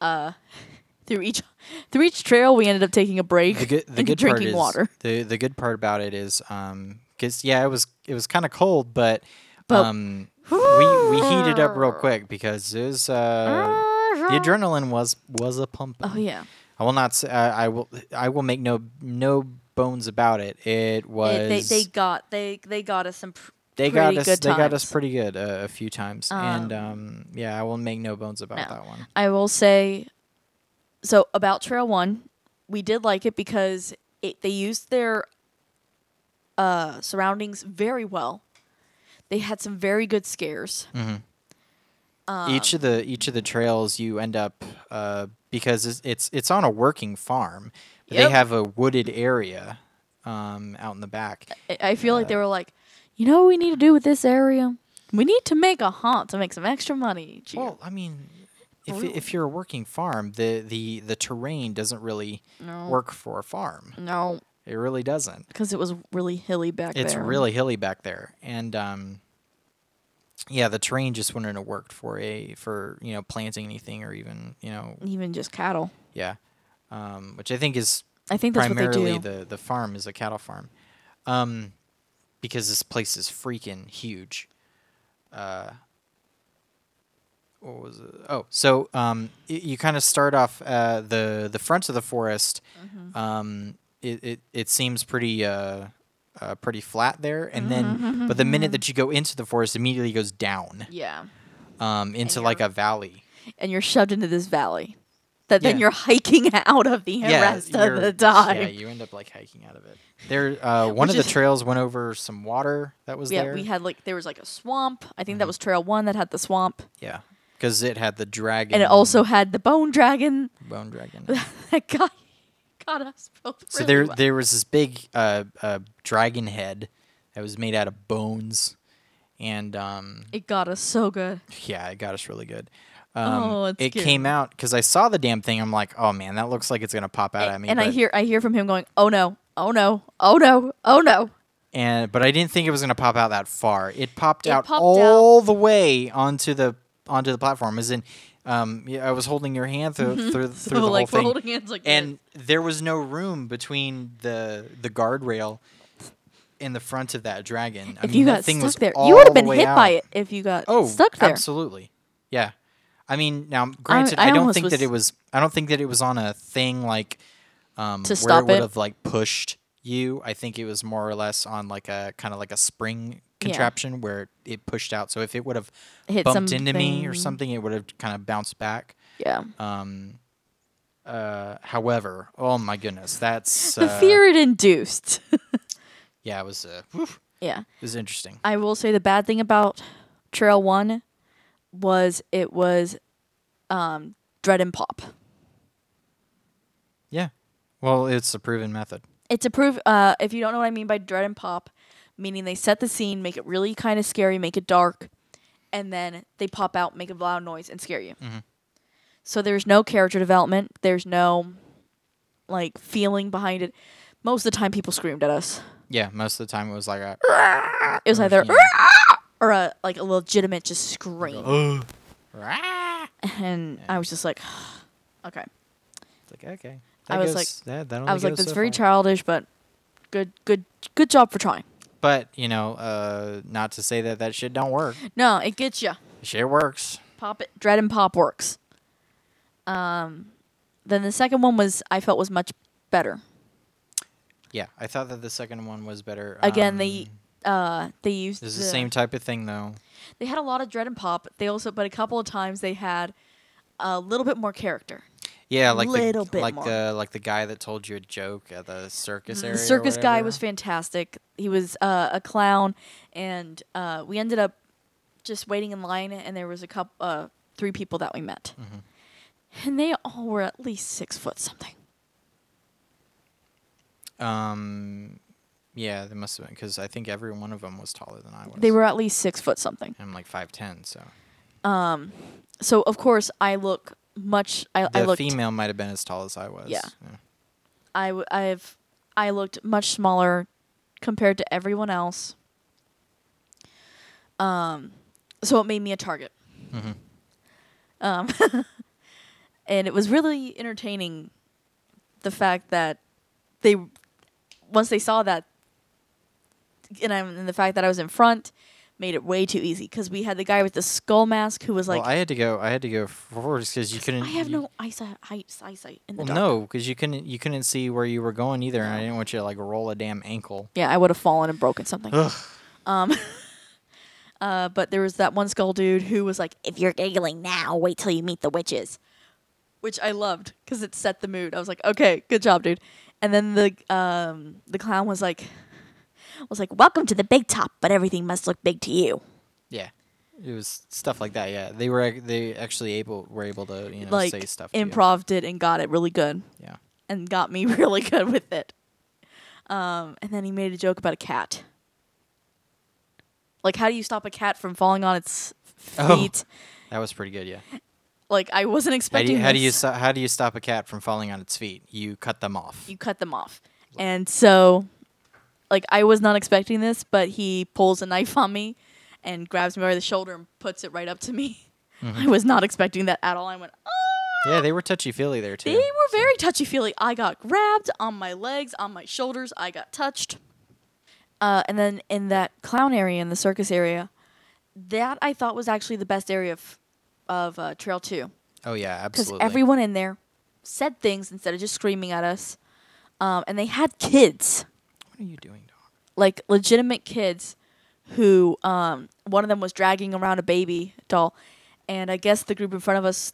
[SPEAKER 6] through each through each trail we ended up taking a break
[SPEAKER 5] The good the
[SPEAKER 6] and
[SPEAKER 5] good part
[SPEAKER 6] drinking
[SPEAKER 5] is
[SPEAKER 6] water
[SPEAKER 5] the the good part about it is um because yeah it was it was kind of cold but,
[SPEAKER 6] But-
[SPEAKER 5] um we we heated up real quick because it was uh the adrenaline was was a pump.
[SPEAKER 6] oh yeah
[SPEAKER 5] I will not say I, I will I will make no no bones about it. It was
[SPEAKER 6] It- they, they got they they got us some pr-
[SPEAKER 5] they got
[SPEAKER 6] pretty
[SPEAKER 5] us.
[SPEAKER 6] good
[SPEAKER 5] they got us
[SPEAKER 6] times.
[SPEAKER 5] pretty good uh, a few times, and um, yeah, I will make no bones about
[SPEAKER 6] No.
[SPEAKER 5] that one.
[SPEAKER 6] i will say so about trail one we did like it because it they used their uh surroundings very well they had some very good scares
[SPEAKER 5] Mm. each of the each of the trails you end up uh, because it's, it's it's on a working farm. but
[SPEAKER 6] Yep.
[SPEAKER 5] They have a wooded area um, out in the back.
[SPEAKER 6] I, I feel like they were like you know what we need to do with this area we need to make a haunt to make some extra money each year."
[SPEAKER 5] Well, I mean, if, y- if you're a working farm, the the the terrain doesn't really work for a farm.
[SPEAKER 6] no
[SPEAKER 5] It really doesn't.
[SPEAKER 6] because it was really hilly back
[SPEAKER 5] It's
[SPEAKER 6] there
[SPEAKER 5] really hilly back there, and um, yeah, the terrain just wouldn't have worked for a for you know planting anything or even you know
[SPEAKER 6] even just cattle
[SPEAKER 5] yeah, um, which I think is
[SPEAKER 6] I think that's what they
[SPEAKER 5] primarily
[SPEAKER 6] do.
[SPEAKER 5] the the farm is a cattle farm, um, because this place is freaking huge. Uh, what was it? Oh, so um, y- you kind of start off uh, the the front of the forest.
[SPEAKER 6] Mm-hmm.
[SPEAKER 5] Um, it, it it seems pretty. Uh, uh, pretty flat there, and
[SPEAKER 6] Mm-hmm.
[SPEAKER 5] then, but the minute that you go into the forest, immediately goes down
[SPEAKER 6] yeah
[SPEAKER 5] um, into like a valley.
[SPEAKER 6] and you're shoved into this valley that then
[SPEAKER 5] Yeah.
[SPEAKER 6] you're hiking out of the rest of
[SPEAKER 5] you're-
[SPEAKER 6] the time.
[SPEAKER 5] Yeah, you end up like hiking out of it. There, uh, one
[SPEAKER 6] Which
[SPEAKER 5] of the
[SPEAKER 6] is-
[SPEAKER 5] trails went over some water that was
[SPEAKER 6] Yeah,
[SPEAKER 5] there. Mm-hmm.
[SPEAKER 6] we had like there was like a swamp. I think that was trail one that had the swamp,
[SPEAKER 5] yeah, because it had the dragon
[SPEAKER 6] and it also had the bone dragon
[SPEAKER 5] bone dragon.
[SPEAKER 6] that got got us both.
[SPEAKER 5] so
[SPEAKER 6] really
[SPEAKER 5] there,
[SPEAKER 6] well.
[SPEAKER 5] there was this big uh, uh, dragon head that was made out of bones, and um,
[SPEAKER 6] it got us so good.
[SPEAKER 5] yeah, it got us really good. Um,
[SPEAKER 6] Oh, it's
[SPEAKER 5] it
[SPEAKER 6] cute.
[SPEAKER 5] came out because I saw the damn thing. I'm like, oh man, that looks like it's gonna pop out at me.
[SPEAKER 6] and I
[SPEAKER 5] but-
[SPEAKER 6] hear I hear from him going, "Oh no, oh no, oh no, oh no."
[SPEAKER 5] and but I didn't think it was gonna pop out that far. It popped
[SPEAKER 6] It
[SPEAKER 5] out
[SPEAKER 6] popped
[SPEAKER 5] all the way onto the onto the platform. As in, um, yeah, I was holding your hand through through, through
[SPEAKER 6] Mm-hmm. so
[SPEAKER 5] the
[SPEAKER 6] like we're
[SPEAKER 5] whole
[SPEAKER 6] holding
[SPEAKER 5] thing,
[SPEAKER 6] hands like this.
[SPEAKER 5] and there was no room between the the guardrail and the front of that dragon. I
[SPEAKER 6] if
[SPEAKER 5] mean,
[SPEAKER 6] you
[SPEAKER 5] that
[SPEAKER 6] got
[SPEAKER 5] thing
[SPEAKER 6] stuck
[SPEAKER 5] was
[SPEAKER 6] there,
[SPEAKER 5] all
[SPEAKER 6] you would
[SPEAKER 5] the
[SPEAKER 6] have been
[SPEAKER 5] way
[SPEAKER 6] hit
[SPEAKER 5] out.
[SPEAKER 6] by it if you got
[SPEAKER 5] Oh,
[SPEAKER 6] stuck there.
[SPEAKER 5] Absolutely. Yeah. I mean, now granted,
[SPEAKER 6] I
[SPEAKER 5] I, don't
[SPEAKER 6] almost
[SPEAKER 5] think that
[SPEAKER 6] was-
[SPEAKER 5] it was. I don't think that it was on a thing like um,
[SPEAKER 6] To
[SPEAKER 5] where
[SPEAKER 6] stop
[SPEAKER 5] it would
[SPEAKER 6] it?
[SPEAKER 5] have like pushed you. I think it was more or less on like a kind of like a spring contraption where it pushed out. So if it would have
[SPEAKER 6] Hit
[SPEAKER 5] bumped into me or
[SPEAKER 6] something.
[SPEAKER 5] something, it would have kind of bounced back.
[SPEAKER 6] Yeah,
[SPEAKER 5] Uh, however, oh my goodness, that's
[SPEAKER 6] the
[SPEAKER 5] uh,
[SPEAKER 6] fear it induced.
[SPEAKER 5] Yeah, it was. Uh, whew, it
[SPEAKER 6] yeah.
[SPEAKER 5] was interesting.
[SPEAKER 6] I will say the bad thing about Trail One was it was um, dread and pop.
[SPEAKER 5] Yeah. Well, it's a proven method.
[SPEAKER 6] It's a proof. Uh, if you don't know what I mean by dread and pop, meaning they set the scene, make it really kind of scary, make it dark, and then they pop out, make a loud noise, and scare you. So there's no character development. There's no like feeling behind it. Most of the time, people screamed at us.
[SPEAKER 5] Yeah, most of the time it was like a.
[SPEAKER 6] It was either
[SPEAKER 5] yeah.
[SPEAKER 6] "Rah!" or a like a legitimate just scream, and I was just like, okay.
[SPEAKER 5] It's like okay.
[SPEAKER 6] I
[SPEAKER 5] That
[SPEAKER 6] was like-
[SPEAKER 5] goes- that, that only
[SPEAKER 6] I was like,
[SPEAKER 5] goes
[SPEAKER 6] that's
[SPEAKER 5] so
[SPEAKER 6] very
[SPEAKER 5] far."
[SPEAKER 6] childish, but good, good, good job for trying.
[SPEAKER 5] But you know, uh, not to say that that shit don't work.
[SPEAKER 6] No, it gets you.
[SPEAKER 5] Shit works.
[SPEAKER 6] Pop it, dread and pop works. Um, then the second one was I felt was much better.
[SPEAKER 5] Yeah, I thought that the second one was better.
[SPEAKER 6] Again,
[SPEAKER 5] Um,
[SPEAKER 6] they uh they used
[SPEAKER 5] it's the same type of thing though.
[SPEAKER 6] They had a lot of dread and pop. They also, but a couple of times they had a little bit more character.
[SPEAKER 5] Yeah, like
[SPEAKER 6] Little
[SPEAKER 5] the,
[SPEAKER 6] bit
[SPEAKER 5] like
[SPEAKER 6] more. Mm,
[SPEAKER 5] the like the guy that told you a joke at the circus area.
[SPEAKER 6] The
[SPEAKER 5] or
[SPEAKER 6] circus guy
[SPEAKER 5] whatever.
[SPEAKER 6] was fantastic. He was uh, a clown, and uh, we ended up just waiting in line, and there was a couple, uh, three people that we met,
[SPEAKER 5] Mm-hmm.
[SPEAKER 6] and they all were at least six foot something.
[SPEAKER 5] Um, yeah, they must have been because I think every one of them was taller than I was.
[SPEAKER 6] They were at least six foot something.
[SPEAKER 5] I'm like five ten, so
[SPEAKER 6] So of course I look much. I, I
[SPEAKER 5] the
[SPEAKER 6] looked.
[SPEAKER 5] female might have been as tall as I was.
[SPEAKER 6] Yeah. I w- I've I looked much smaller compared to everyone else. Um, so it made me a target. Um,
[SPEAKER 5] Mm-hmm.
[SPEAKER 6] and it was really entertaining. The fact that they once they saw that, and I'm and the fact that I was in front made it way too easy because we had the guy with the skull mask who was like,
[SPEAKER 5] well, I had to go. I had to go forward because you couldn't.
[SPEAKER 6] I, have
[SPEAKER 5] you-
[SPEAKER 6] no eyesight, eyes- eyesight in the
[SPEAKER 5] Well,
[SPEAKER 6] dark.
[SPEAKER 5] no, because you couldn't. You couldn't see where you were going either, and I didn't want you to like roll a damn ankle.
[SPEAKER 6] Yeah, I would have fallen and broken something. Um, uh, but there was that one skull dude who was like, "If you're giggling now, wait till you meet the witches," which I loved because it set the mood. I was like, "Okay, good job, dude." And then the um, the clown was like, was like, "Welcome to the big top, but everything must look big to you."
[SPEAKER 5] Yeah. It was stuff like that. Yeah, they were. ac- They actually able were able to you know
[SPEAKER 6] like
[SPEAKER 5] say stuff. to you.
[SPEAKER 6] improved it and got it really good
[SPEAKER 5] Yeah.
[SPEAKER 6] and got me really good with it. Um, and then he made a joke about a cat. Like, how do you stop a cat from falling on its
[SPEAKER 5] Oh.
[SPEAKER 6] feet?
[SPEAKER 5] That was pretty good. Yeah.
[SPEAKER 6] Like I wasn't
[SPEAKER 5] How do
[SPEAKER 6] expecting.
[SPEAKER 5] you, how do you
[SPEAKER 6] this.
[SPEAKER 5] so- how do you stop a cat from falling on its feet? You cut them off.
[SPEAKER 6] You cut them off, and so, like I was not expecting this, but he pulls a knife on me, and grabs me by the shoulder and puts it right up to me.
[SPEAKER 5] Mm-hmm.
[SPEAKER 6] I was not expecting that at all. I went, oh,
[SPEAKER 5] yeah, they were touchy feely there too.
[SPEAKER 6] they were very touchy feely. I got grabbed on my legs, on my shoulders. I got touched. Uh, and then in that clown area, in the circus area, that I thought was actually the best area of of uh, Trail Two.
[SPEAKER 5] oh yeah,
[SPEAKER 6] because
[SPEAKER 5] absolutely.
[SPEAKER 6] everyone in there said things instead of just screaming at us. Um, and they had kids,
[SPEAKER 5] what are you doing, dog?
[SPEAKER 6] like legitimate kids, who um, one of them was dragging around a baby doll. And I guess the group in front of us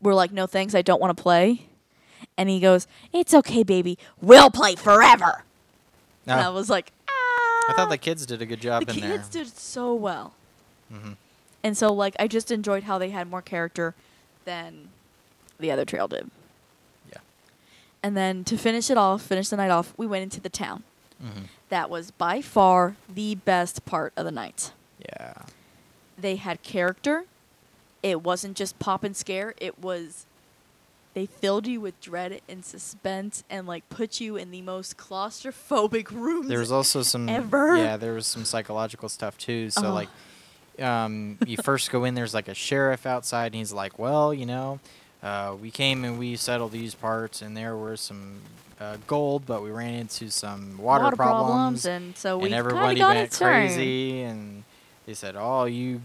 [SPEAKER 6] were like, no thanks, I don't want to play. And he goes, it's okay, baby. We'll play forever.
[SPEAKER 5] No,
[SPEAKER 6] And I was like, ah.
[SPEAKER 5] I thought the kids did a good job
[SPEAKER 6] The
[SPEAKER 5] in
[SPEAKER 6] kids
[SPEAKER 5] there.
[SPEAKER 6] did so well. And so, like, I just enjoyed how they had more character than the other trail did.
[SPEAKER 5] Yeah.
[SPEAKER 6] And then to finish it off, finish the night off, we went into the town. That was by far the best part of the night.
[SPEAKER 5] Yeah.
[SPEAKER 6] They had character. It wasn't just pop and scare. It was they filled you with dread and suspense and like put you in the most claustrophobic rooms.
[SPEAKER 5] There was also some
[SPEAKER 6] ever.
[SPEAKER 5] yeah, there was some psychological stuff too. So
[SPEAKER 6] Oh.
[SPEAKER 5] like um, you first go in there's like a sheriff outside and he's like, "Well, you know, uh, we came and we settled these parts and there were some uh, gold, but we ran into some water, problems
[SPEAKER 6] and so
[SPEAKER 5] and
[SPEAKER 6] we kind
[SPEAKER 5] everybody
[SPEAKER 6] of got
[SPEAKER 5] went
[SPEAKER 6] it turned.
[SPEAKER 5] crazy and they said, "Oh, you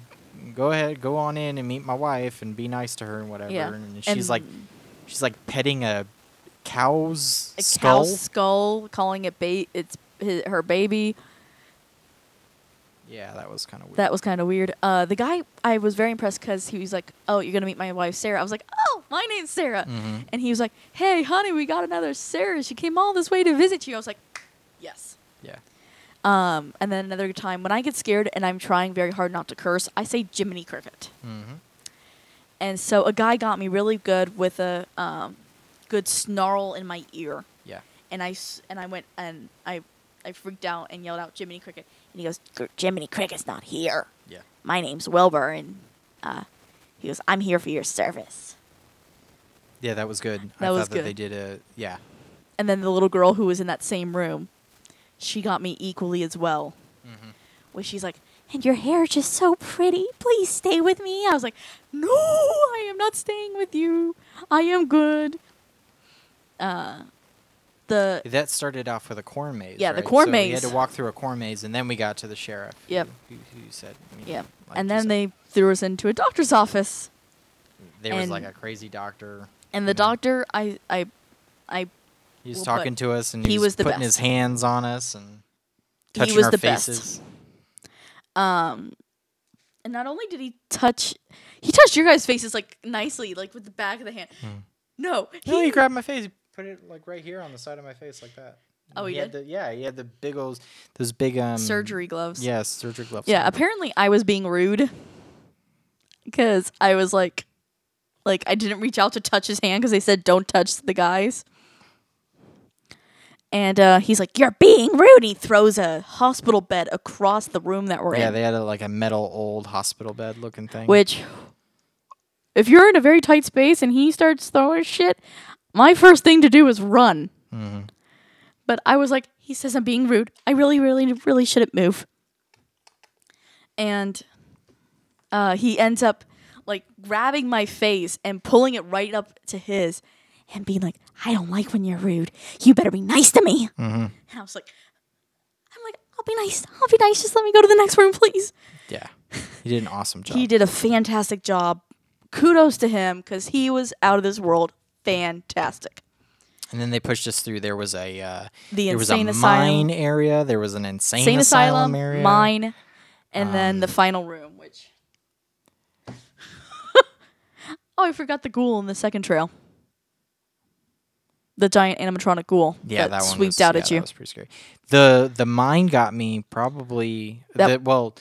[SPEAKER 5] go ahead, go on in and meet my wife and be nice to her and whatever."
[SPEAKER 6] Yeah.
[SPEAKER 5] And she's like
[SPEAKER 6] And-
[SPEAKER 5] she's like petting a cow's
[SPEAKER 6] a
[SPEAKER 5] skull.
[SPEAKER 6] cow's skull, calling it ba- it's his, her baby.
[SPEAKER 5] Yeah, that was kind of weird.
[SPEAKER 6] That was kind of weird. Uh, the guy, I was very impressed because he was like, "Oh, you're gonna meet my wife, Sarah." I was like, "Oh, my name's Sarah,"
[SPEAKER 5] Mhm.
[SPEAKER 6] and he was like, "Hey, honey, we got another Sarah. She came all this way to visit you." I was like, "Yes."
[SPEAKER 5] yeah.
[SPEAKER 6] Um, and then another time when I get scared and I'm trying very hard not to curse, I say Jiminy Cricket.
[SPEAKER 5] Mm-hmm.
[SPEAKER 6] And so a guy got me really good with a um, good snarl in my ear.
[SPEAKER 5] Yeah.
[SPEAKER 6] and I s- and I went and I I freaked out and yelled out Jiminy Cricket, and he goes, "Gr- Jiminy Cricket's not here.
[SPEAKER 5] Yeah.
[SPEAKER 6] My name's Wilbur, and uh, he goes, I'm here for your service.
[SPEAKER 5] Yeah, that was good. I
[SPEAKER 6] That was
[SPEAKER 5] thought that they did a yeah.
[SPEAKER 6] And then the little girl who was in that same room, she got me equally as well,
[SPEAKER 5] Mm-hmm.
[SPEAKER 6] where she's like. And your hair is just so pretty. Please stay with me. I was like, no, I am not staying with you. I am good. Uh, the
[SPEAKER 5] That started off with a corn maze.
[SPEAKER 6] Yeah, the
[SPEAKER 5] right?
[SPEAKER 6] corn
[SPEAKER 5] so We had
[SPEAKER 6] maze.
[SPEAKER 5] to walk through a corn maze, and then we got to the sheriff. who-
[SPEAKER 6] Yep.
[SPEAKER 5] Who, who said? you know,
[SPEAKER 6] yeah,
[SPEAKER 5] like
[SPEAKER 6] and
[SPEAKER 5] you
[SPEAKER 6] then
[SPEAKER 5] said,
[SPEAKER 6] they threw us into a doctor's office.
[SPEAKER 5] there was
[SPEAKER 6] and-
[SPEAKER 5] like a crazy doctor.
[SPEAKER 6] and the
[SPEAKER 5] you know,
[SPEAKER 6] doctor I I I
[SPEAKER 5] He was
[SPEAKER 6] will put-
[SPEAKER 5] talking to us, and he,
[SPEAKER 6] he
[SPEAKER 5] was,
[SPEAKER 6] was the
[SPEAKER 5] putting his
[SPEAKER 6] best.
[SPEAKER 5] hands on us and touching
[SPEAKER 6] he was
[SPEAKER 5] our
[SPEAKER 6] the
[SPEAKER 5] faces.
[SPEAKER 6] best. Um and not only did he touch, he touched your guys' faces like nicely, like with the back of the hand. No,
[SPEAKER 5] Mm. No,
[SPEAKER 6] he-
[SPEAKER 5] he grabbed my face. He put it like right here on the side of my face, like that.
[SPEAKER 6] Oh, he
[SPEAKER 5] had
[SPEAKER 6] did?
[SPEAKER 5] The, yeah, he had the big old, those big um
[SPEAKER 6] surgery gloves.
[SPEAKER 5] Yes, surgery gloves.
[SPEAKER 6] Yeah, apparently I was being rude because I was like, like I didn't reach out to touch his hand because they said don't touch the guys. And uh, he's like, "You're being rude." He throws a hospital bed across the room that we're
[SPEAKER 5] Yeah,
[SPEAKER 6] in,
[SPEAKER 5] they had a, like a metal old hospital bed looking thing.
[SPEAKER 6] which, if you're in a very tight space and he starts throwing shit, my first thing to do is run. But I was like, he says I'm being rude. I really, really, really shouldn't move. And uh, he ends up like grabbing my face and pulling it right up to his and being like, I don't like when you're rude. You better be nice to me. And I was like, I'm like, I'll be nice. I'll be nice. Just let me go to the next room, please.
[SPEAKER 5] yeah, he did an awesome job.
[SPEAKER 6] He did a fantastic job. Kudos to him because he was out of this world. Fantastic.
[SPEAKER 5] and then they pushed us through. There was a uh,
[SPEAKER 6] The
[SPEAKER 5] there was a
[SPEAKER 6] insane
[SPEAKER 5] mine
[SPEAKER 6] asylum,
[SPEAKER 5] area. There was an insane,
[SPEAKER 6] insane
[SPEAKER 5] asylum, Ah,
[SPEAKER 6] asylum,
[SPEAKER 5] area.
[SPEAKER 6] mine, and then the final room, which. oh, I forgot the ghoul in the second trail. The giant animatronic ghoul
[SPEAKER 5] Yeah, that,
[SPEAKER 6] that,
[SPEAKER 5] one
[SPEAKER 6] sweeped
[SPEAKER 5] was,
[SPEAKER 6] out
[SPEAKER 5] yeah,
[SPEAKER 6] at
[SPEAKER 5] That
[SPEAKER 6] you.
[SPEAKER 5] was pretty scary. The the mine got me probably.
[SPEAKER 6] That-
[SPEAKER 5] the, well,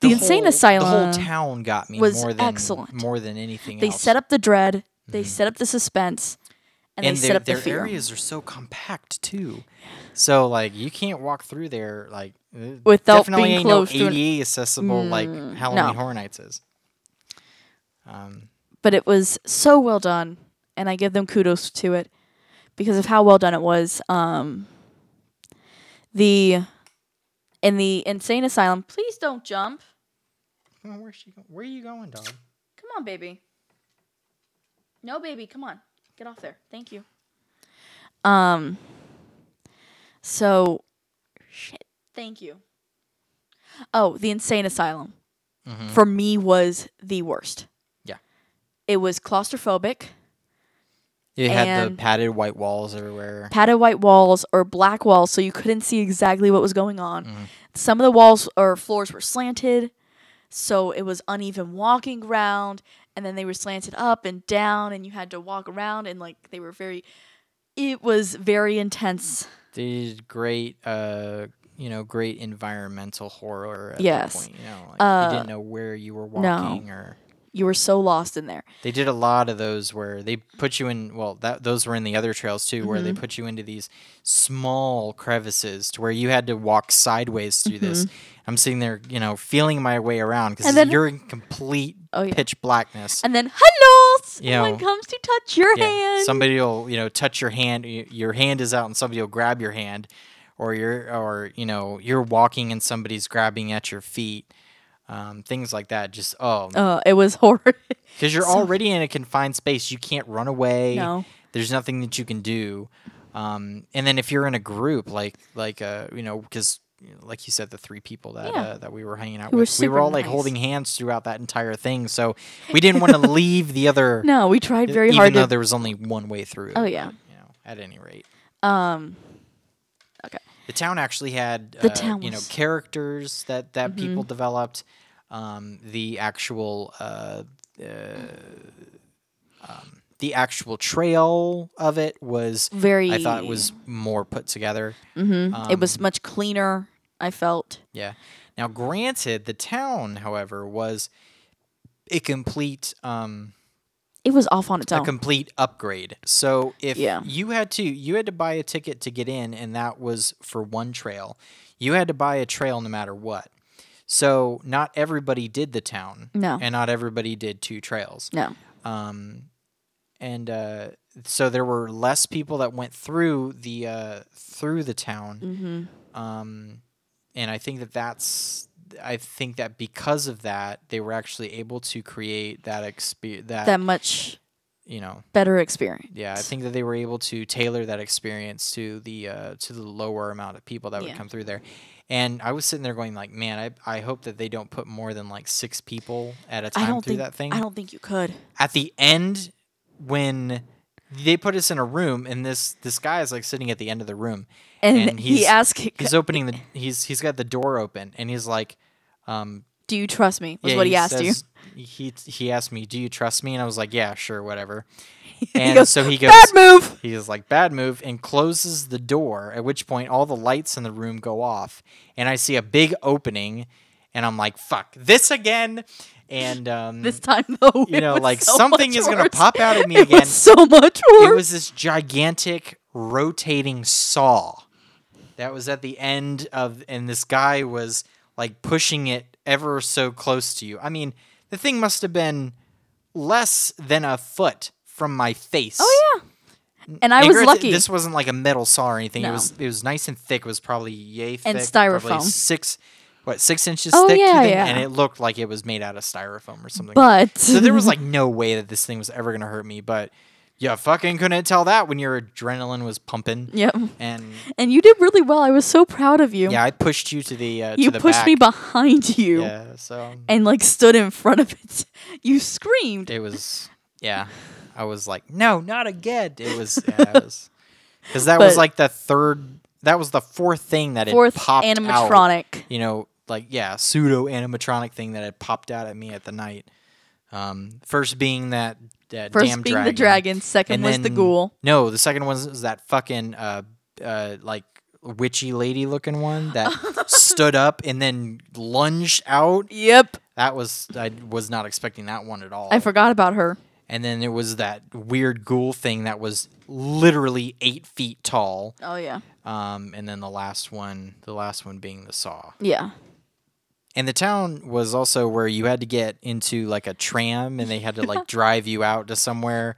[SPEAKER 6] The insane
[SPEAKER 5] whole- The whole
[SPEAKER 6] asylum
[SPEAKER 5] town got me
[SPEAKER 6] was
[SPEAKER 5] more than
[SPEAKER 6] excellent.
[SPEAKER 5] more than anything.
[SPEAKER 6] They
[SPEAKER 5] else.
[SPEAKER 6] set up the dread. They
[SPEAKER 5] Mm-hmm.
[SPEAKER 6] set up the suspense, and, they
[SPEAKER 5] their,
[SPEAKER 6] set up
[SPEAKER 5] their
[SPEAKER 6] the fear.
[SPEAKER 5] areas are so compact too. So like you can't walk through there like uh,
[SPEAKER 6] Without
[SPEAKER 5] definitely
[SPEAKER 6] being
[SPEAKER 5] ain't
[SPEAKER 6] close
[SPEAKER 5] no
[SPEAKER 6] to an- Mm,
[SPEAKER 5] ADA accessible like Halloween
[SPEAKER 6] no.
[SPEAKER 5] Horror Nights is.
[SPEAKER 6] but it was so well done and i give them kudos to it because of how well done it was um the in the insane asylum please don't jump
[SPEAKER 5] Come on, where's she go- Where are you going, dog?
[SPEAKER 6] come on baby no baby come on get off there thank you um so shit thank you oh the insane asylum for me was the worst
[SPEAKER 5] Yeah.
[SPEAKER 6] it was claustrophobic
[SPEAKER 5] It had the
[SPEAKER 6] And-
[SPEAKER 5] padded white walls everywhere.
[SPEAKER 6] padded white walls or black walls so you couldn't see exactly what was going on.
[SPEAKER 5] Mm-hmm.
[SPEAKER 6] Some of the walls or floors were slanted, so it was uneven walking ground, and then they were slanted up and down and you had to walk around and like they were very it was very intense.
[SPEAKER 5] They did great, uh, you know, great environmental horror. At that
[SPEAKER 6] Yes. Uh,
[SPEAKER 5] point, you know, like, you didn't know where you were walking or.
[SPEAKER 6] You were so lost in there.
[SPEAKER 5] They did a lot of those where they put you in. Well, that those were in the other trails too, where they
[SPEAKER 6] Mm-hmm.
[SPEAKER 5] put you into these small crevices to where you had to walk sideways through this. I'm sitting there, you know, feeling my way around because
[SPEAKER 6] Mm-hmm. And then-
[SPEAKER 5] you're in complete
[SPEAKER 6] Oh, yeah.
[SPEAKER 5] pitch blackness.
[SPEAKER 6] And then hello,
[SPEAKER 5] Yeah.
[SPEAKER 6] someone comes to touch your
[SPEAKER 5] Yeah,
[SPEAKER 6] hand.
[SPEAKER 5] somebody will, you know, touch your hand. y- Your hand is out, and somebody will grab your hand, or you're, or you know, you're walking and somebody's grabbing at your feet. Um, things like that. Just oh,
[SPEAKER 6] uh, it was horrid.
[SPEAKER 5] because you're already in a confined space. You can't run away.
[SPEAKER 6] No.
[SPEAKER 5] There's nothing that you can do. Um, and then if you're in a group, like like uh, you know, because like you said, the three people that
[SPEAKER 6] Yeah.
[SPEAKER 5] uh, that we were hanging out
[SPEAKER 6] Who were
[SPEAKER 5] with, we were
[SPEAKER 6] super
[SPEAKER 5] all like
[SPEAKER 6] nice.
[SPEAKER 5] holding hands throughout that entire thing. So we didn't want to leave the other.
[SPEAKER 6] no, we tried very
[SPEAKER 5] E even
[SPEAKER 6] hard
[SPEAKER 5] though
[SPEAKER 6] to
[SPEAKER 5] there was only one way through.
[SPEAKER 6] Oh, yeah.
[SPEAKER 5] You know, at any rate.
[SPEAKER 6] um
[SPEAKER 5] The town actually had
[SPEAKER 6] The
[SPEAKER 5] uh,
[SPEAKER 6] town
[SPEAKER 5] you know
[SPEAKER 6] was- Mm-hmm.
[SPEAKER 5] characters that that people developed. Um, the actual uh, uh, um, the actual trail of it was I thought
[SPEAKER 6] Very-
[SPEAKER 5] was um, more put together.
[SPEAKER 6] it was much cleaner, I felt.
[SPEAKER 5] Yeah. Now, granted, the town, however, was a complete um,
[SPEAKER 6] It was off on its
[SPEAKER 5] a
[SPEAKER 6] own.
[SPEAKER 5] complete upgrade. So if
[SPEAKER 6] Yeah.
[SPEAKER 5] you had to you had to buy a ticket to get in and that was for one trail. You had to buy a trail no matter what. So not everybody did the town.
[SPEAKER 6] No.
[SPEAKER 5] And not everybody did two trails. Um,
[SPEAKER 6] no.
[SPEAKER 5] And uh so there were less people that went through the uh through the town. Um
[SPEAKER 6] Mm-hmm.
[SPEAKER 5] and I think that that's I think that because of that they were actually able to create that expe- that,
[SPEAKER 6] That much
[SPEAKER 5] you know
[SPEAKER 6] better experience.
[SPEAKER 5] yeah, I think that they were able to tailor that experience to the uh, to the lower amount of people that would
[SPEAKER 6] Yeah.
[SPEAKER 5] come through there. And I was sitting there going like, man, I, I hope that they don't put more than like six people at a
[SPEAKER 6] I
[SPEAKER 5] time
[SPEAKER 6] don't
[SPEAKER 5] through
[SPEAKER 6] think
[SPEAKER 5] that thing.
[SPEAKER 6] I don't think you could.
[SPEAKER 5] At the end, when they put us in a room, and this this guy is like sitting at the end of the room,
[SPEAKER 6] And he asked-
[SPEAKER 5] he's opening the he's he's got the door open, and he's like, um,
[SPEAKER 6] Do you trust me? Was
[SPEAKER 5] Yeah,
[SPEAKER 6] what he, asked you.
[SPEAKER 5] says- He he asked me, "Do you trust me?" And I was like, "Yeah, sure, whatever."
[SPEAKER 6] He
[SPEAKER 5] And
[SPEAKER 6] goes,
[SPEAKER 5] so he goes,
[SPEAKER 6] Bad move.
[SPEAKER 5] He is like, bad move, and closes the door, at which point all the lights in the room go off. And I see a big opening, and I'm like, fuck, this again. And, um,
[SPEAKER 6] This time though,
[SPEAKER 5] you
[SPEAKER 6] it
[SPEAKER 5] know,
[SPEAKER 6] was
[SPEAKER 5] like
[SPEAKER 6] so
[SPEAKER 5] something
[SPEAKER 6] much
[SPEAKER 5] is going to
[SPEAKER 6] worse.
[SPEAKER 5] pop out at me
[SPEAKER 6] It
[SPEAKER 5] again.
[SPEAKER 6] was so much worse.
[SPEAKER 5] it was this gigantic rotating saw that was at the end of, and this guy was like pushing it ever so close to you. I mean, the thing must have been less than a foot from my face. Oh,
[SPEAKER 6] yeah. and I
[SPEAKER 5] and
[SPEAKER 6] was
[SPEAKER 5] granted,
[SPEAKER 6] lucky.
[SPEAKER 5] This wasn't like a metal saw or anything. It
[SPEAKER 6] No.
[SPEAKER 5] was it was nice and thick. It was probably yay thick,
[SPEAKER 6] And
[SPEAKER 5] probably
[SPEAKER 6] styrofoam.
[SPEAKER 5] six, what six inches
[SPEAKER 6] Oh,
[SPEAKER 5] thick. you
[SPEAKER 6] yeah,
[SPEAKER 5] think?
[SPEAKER 6] yeah.
[SPEAKER 5] And it looked like it was made out of styrofoam or something.
[SPEAKER 6] but
[SPEAKER 5] so there was like no way that this thing was ever gonna hurt me. But you fucking couldn't tell that when your adrenaline was pumping.
[SPEAKER 6] Yep.
[SPEAKER 5] And
[SPEAKER 6] And you did really well. I was so proud of you.
[SPEAKER 5] yeah, I pushed you to the uh,
[SPEAKER 6] you
[SPEAKER 5] to the
[SPEAKER 6] pushed me
[SPEAKER 5] back.
[SPEAKER 6] behind you
[SPEAKER 5] Yeah. So
[SPEAKER 6] and like stood in front of it. You screamed.
[SPEAKER 5] it was yeah. I was like, no, not again. It was yeah, it was because that was
[SPEAKER 6] But-
[SPEAKER 5] like the third. That was the fourth thing that
[SPEAKER 6] Fourth
[SPEAKER 5] had popped out.
[SPEAKER 6] animatronic.
[SPEAKER 5] you know, like yeah, pseudo animatronic thing that had popped out at me at the night. Um, first being that that
[SPEAKER 6] First
[SPEAKER 5] damn
[SPEAKER 6] being
[SPEAKER 5] dragon.
[SPEAKER 6] the dragon, second
[SPEAKER 5] and
[SPEAKER 6] was the
[SPEAKER 5] then-
[SPEAKER 6] ghoul.
[SPEAKER 5] No, the second one was that fucking uh uh like witchy lady looking one that stood up and then lunged out.
[SPEAKER 6] Yep.
[SPEAKER 5] That was I was not expecting that one at all.
[SPEAKER 6] I forgot about her.
[SPEAKER 5] and then there was that weird ghoul thing that was literally eight feet tall.
[SPEAKER 6] Oh yeah.
[SPEAKER 5] Um, and then the last one, the last one being the saw.
[SPEAKER 6] Yeah.
[SPEAKER 5] And the town was also where you had to get into like a tram and they had to like drive you out to somewhere.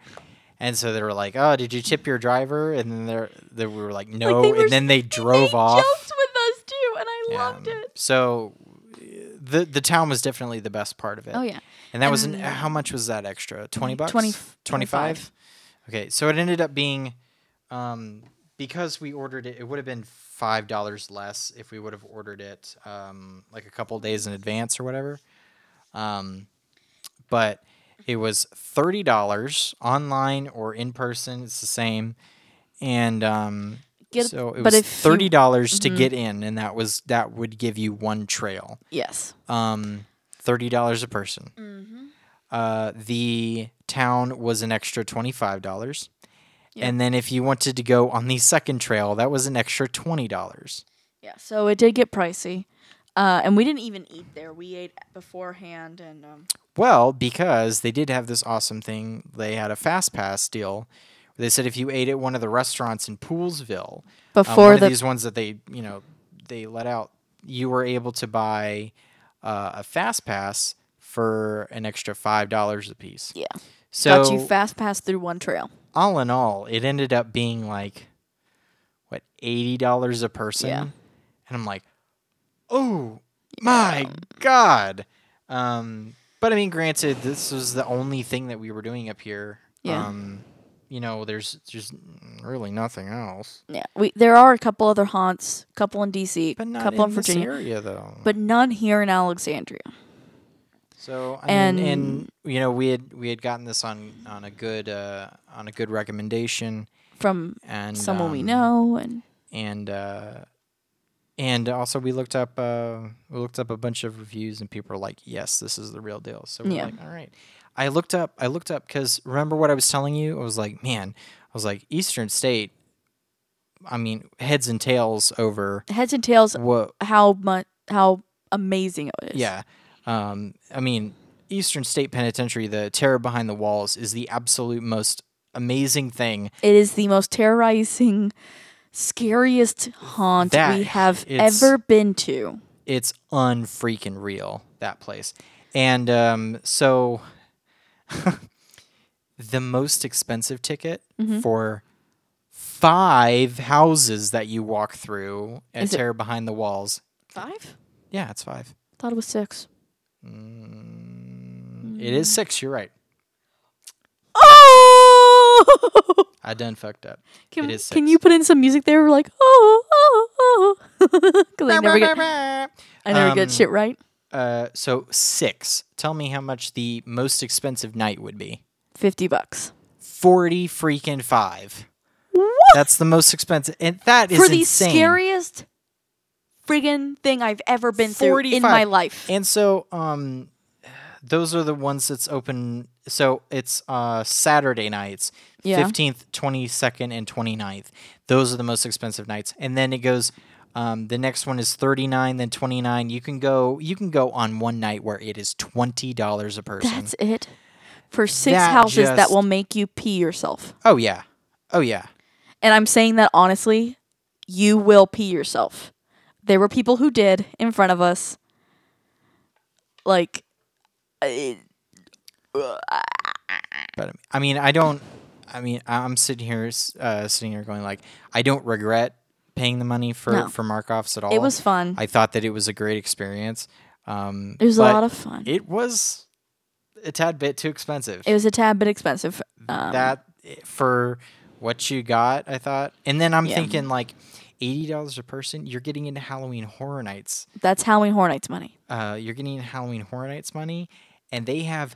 [SPEAKER 5] And so they were like, "Oh, did you tip your driver?" And then they they were like, "No."
[SPEAKER 6] they were-
[SPEAKER 5] and then they drove
[SPEAKER 6] they
[SPEAKER 5] off.
[SPEAKER 6] joked with us too, and I loved
[SPEAKER 5] Um,
[SPEAKER 6] it.
[SPEAKER 5] So eh, the the town was definitely the best part of it.
[SPEAKER 6] Oh yeah.
[SPEAKER 5] And that was an, uh, how much was that extra? 20 bucks?
[SPEAKER 6] Twenty-
[SPEAKER 5] 25? Okay, so it ended up being um because we ordered it it would have been $5 less if we would have ordered it um like a couple days in advance or whatever. Um but it was $30 online or in person, it's the same. And um
[SPEAKER 6] Get-
[SPEAKER 5] so it
[SPEAKER 6] but
[SPEAKER 5] was
[SPEAKER 6] if you- Mm-hmm.
[SPEAKER 5] $30 to get in and that was that would give you one trail
[SPEAKER 6] Yes.
[SPEAKER 5] um, thirty dollars a person.
[SPEAKER 6] Mm-hmm.
[SPEAKER 5] Uh, the town was an extra twenty five dollars, and then if you wanted to go on the second trail, that was an extra twenty dollars.
[SPEAKER 6] Yeah. So it did get pricey, uh, and we didn't even eat there. We ate beforehand, and um,
[SPEAKER 5] Well, because they did have this awesome thing, they had a fast pass deal. They said if you ate at one of the restaurants in Poolsville, uh,
[SPEAKER 6] Before
[SPEAKER 5] one of
[SPEAKER 6] the-
[SPEAKER 5] these ones that they you know they let out, you were able to buy uh, a fast pass for an extra five dollars a piece.
[SPEAKER 6] yeah,
[SPEAKER 5] So
[SPEAKER 6] got you fast pass through one trail.
[SPEAKER 5] all in all, it ended up being like what eighty dollars a person,
[SPEAKER 6] Yeah.
[SPEAKER 5] and I'm like, oh my god. Um, but I mean, granted, this was the only thing that we were doing up here.
[SPEAKER 6] Yeah.
[SPEAKER 5] Um, you know, there's just really nothing else,
[SPEAKER 6] Yeah. We there are a couple other haunts, couple in DC,
[SPEAKER 5] but not
[SPEAKER 6] couple
[SPEAKER 5] in
[SPEAKER 6] in Virginia,
[SPEAKER 5] this area though.
[SPEAKER 6] but none here in Alexandria.
[SPEAKER 5] So I and mean, and
[SPEAKER 6] And-
[SPEAKER 5] you know, we had we had gotten this on on a good uh, on a good recommendation
[SPEAKER 6] From
[SPEAKER 5] and
[SPEAKER 6] someone we
[SPEAKER 5] um,
[SPEAKER 6] know, and
[SPEAKER 5] and uh, and also we looked up uh, we looked up a bunch of reviews and people were like, "Yes, this is the real deal." So we're
[SPEAKER 6] Yeah.
[SPEAKER 5] like, "All right." I looked up I looked up because remember what I was telling you? I was like, "Man," I was like, "Eastern State." I mean, heads and tails over
[SPEAKER 6] heads and tails.
[SPEAKER 5] what?
[SPEAKER 6] How much? How amazing it is.
[SPEAKER 5] Yeah, um, I mean, Eastern State Penitentiary, the terror behind the walls, is the absolute most amazing thing
[SPEAKER 6] It is the most terrorizing, scariest haunt
[SPEAKER 5] That-
[SPEAKER 6] we have
[SPEAKER 5] it's-
[SPEAKER 6] ever been to.
[SPEAKER 5] it's unfreaking real that place and um, so the most expensive ticket
[SPEAKER 6] Mm-hmm.
[SPEAKER 5] for five houses that you walk through at
[SPEAKER 6] Is it-
[SPEAKER 5] terror behind the walls
[SPEAKER 6] Five?
[SPEAKER 5] yeah it's five
[SPEAKER 6] Thought it was six.
[SPEAKER 5] It
[SPEAKER 6] Mm.
[SPEAKER 5] is six you're right
[SPEAKER 6] Oh!
[SPEAKER 5] i done fucked up
[SPEAKER 6] Can,
[SPEAKER 5] it is six.
[SPEAKER 6] can you put in some music there? We're like, oh, oh, oh. Because I never get, I never
[SPEAKER 5] Um,
[SPEAKER 6] get shit right.
[SPEAKER 5] uh, so six tell me how much the most expensive night would be
[SPEAKER 6] 50 bucks.
[SPEAKER 5] 40 freaking five
[SPEAKER 6] What?
[SPEAKER 5] that's the most expensive and that is
[SPEAKER 6] For the
[SPEAKER 5] insane.
[SPEAKER 6] scariest friggin' thing I've ever been through in my life.
[SPEAKER 5] And so um those are the ones that's open so it's uh Saturday nights,
[SPEAKER 6] Yeah.
[SPEAKER 5] 15th, 22nd and 29th. Those are the most expensive nights. And then it goes um, the next one is 39 then 29. You can go you can go on one night where it is $20 a person.
[SPEAKER 6] That's it. For six
[SPEAKER 5] That
[SPEAKER 6] houses that
[SPEAKER 5] just-
[SPEAKER 6] will make you pee yourself.
[SPEAKER 5] oh yeah. Oh yeah.
[SPEAKER 6] And I'm saying that honestly, you will pee yourself. There were people who did in front of us. Like, I-
[SPEAKER 5] But I mean, I don't. I mean, I- I'm sitting here, uh, sitting here, going like, I don't regret paying the money for
[SPEAKER 6] No.
[SPEAKER 5] for markoffs at all.
[SPEAKER 6] was fun.
[SPEAKER 5] I thought that it was a great experience. Um,
[SPEAKER 6] it was a
[SPEAKER 5] but
[SPEAKER 6] lot of fun. It,
[SPEAKER 5] It was a tad bit too expensive.
[SPEAKER 6] was a tad bit expensive. Um,
[SPEAKER 5] that for what you got, I thought. And then I'm
[SPEAKER 6] Yeah.
[SPEAKER 5] thinking like, eighty dollars a person. You're getting into Halloween Horror Nights.
[SPEAKER 6] that's Halloween Horror Nights money.
[SPEAKER 5] Uh, you're getting into Halloween Horror Nights money, and they have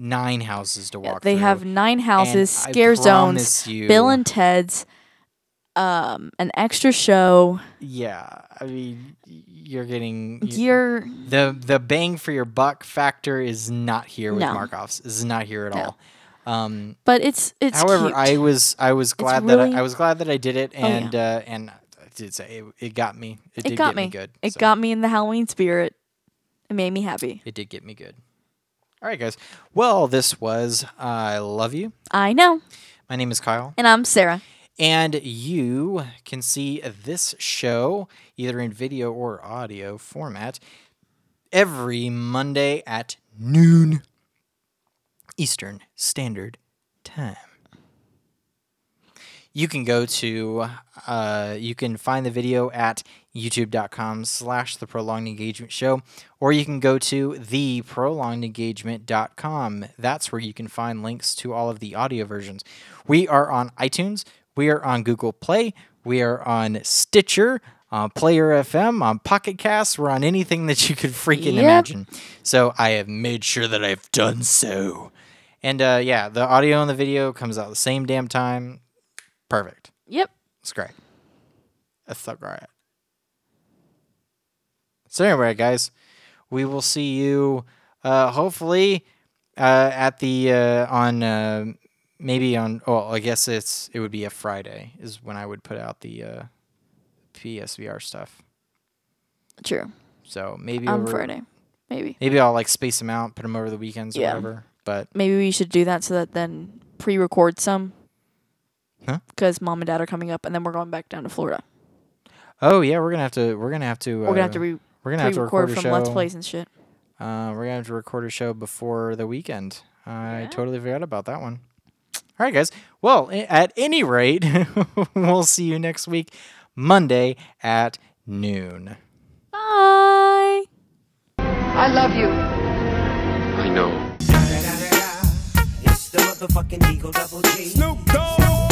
[SPEAKER 5] nine houses to walk.
[SPEAKER 6] They
[SPEAKER 5] through.
[SPEAKER 6] have nine houses,
[SPEAKER 5] I
[SPEAKER 6] scare zones,
[SPEAKER 5] promise you-
[SPEAKER 6] Bill and Ted's, um, an extra show.
[SPEAKER 5] Yeah, I mean, y- you're getting you-
[SPEAKER 6] You're
[SPEAKER 5] the the bang for your buck factor is not here with
[SPEAKER 6] No.
[SPEAKER 5] Markovs. Is not here at all. Um,
[SPEAKER 6] but it's it's
[SPEAKER 5] however,
[SPEAKER 6] cute.
[SPEAKER 5] I was I was glad that
[SPEAKER 6] really- Oh,
[SPEAKER 5] I, I was glad that I did it,
[SPEAKER 6] yeah.
[SPEAKER 5] and uh, and I did say it, it got me. It,
[SPEAKER 6] it
[SPEAKER 5] did
[SPEAKER 6] got
[SPEAKER 5] get me, good.
[SPEAKER 6] It
[SPEAKER 5] so
[SPEAKER 6] got me in the Halloween spirit. It made me happy.
[SPEAKER 5] it did get me good. All right, guys. Well, this was I love you.
[SPEAKER 6] I know.
[SPEAKER 5] My name is Kyle.
[SPEAKER 6] And I'm Sarah.
[SPEAKER 5] And you can see this show either in video or audio format every Monday at noon Eastern Standard Time. You can go to, uh, you can find the video at youtube.com slash the prolonged engagement show, or you can go to theprolongedengagement.com. That's where you can find links to all of the audio versions. We are on iTunes, we are on Google Play, we are on Stitcher, on Player FM, on Pocket Casts, we're on anything that you could freaking
[SPEAKER 6] Yep.
[SPEAKER 5] imagine. So I have made sure that I've done so. And uh, yeah, the audio and the video comes out the same damn time. Perfect.
[SPEAKER 6] Yep.
[SPEAKER 5] It's great. It's so great. So anyway, guys, we will see you uh, hopefully uh, at the uh, on uh, maybe on oh I guess it's it would be a Friday is when I would put out the uh, PSVR stuff.
[SPEAKER 6] True.
[SPEAKER 5] So maybe
[SPEAKER 6] On
[SPEAKER 5] over,
[SPEAKER 6] Friday. Maybe.
[SPEAKER 5] Maybe I'll like space them out, put them over the weekends or
[SPEAKER 6] Yeah.
[SPEAKER 5] whatever. But
[SPEAKER 6] Maybe we should do that so that then pre record some.
[SPEAKER 5] Huh?
[SPEAKER 6] Because mom and dad are coming up and then we're going back down to Florida.
[SPEAKER 5] oh yeah, we're gonna have to we're gonna have to
[SPEAKER 6] We're gonna have
[SPEAKER 5] uh,
[SPEAKER 6] to re
[SPEAKER 5] we're gonna
[SPEAKER 6] pre
[SPEAKER 5] have to record
[SPEAKER 6] record
[SPEAKER 5] a
[SPEAKER 6] from
[SPEAKER 5] show.
[SPEAKER 6] Let's Plays and shit.
[SPEAKER 5] Uh, we're gonna have to record a show before the weekend. I totally forgot about that one. All right, guys. Well, a- at any rate, we'll see you next week, Monday at noon.
[SPEAKER 6] Bye.
[SPEAKER 7] I love you.
[SPEAKER 2] I know.
[SPEAKER 3] It's the motherfucking Eagle Double G.
[SPEAKER 4] Snoop Dogg.
[SPEAKER 3] E.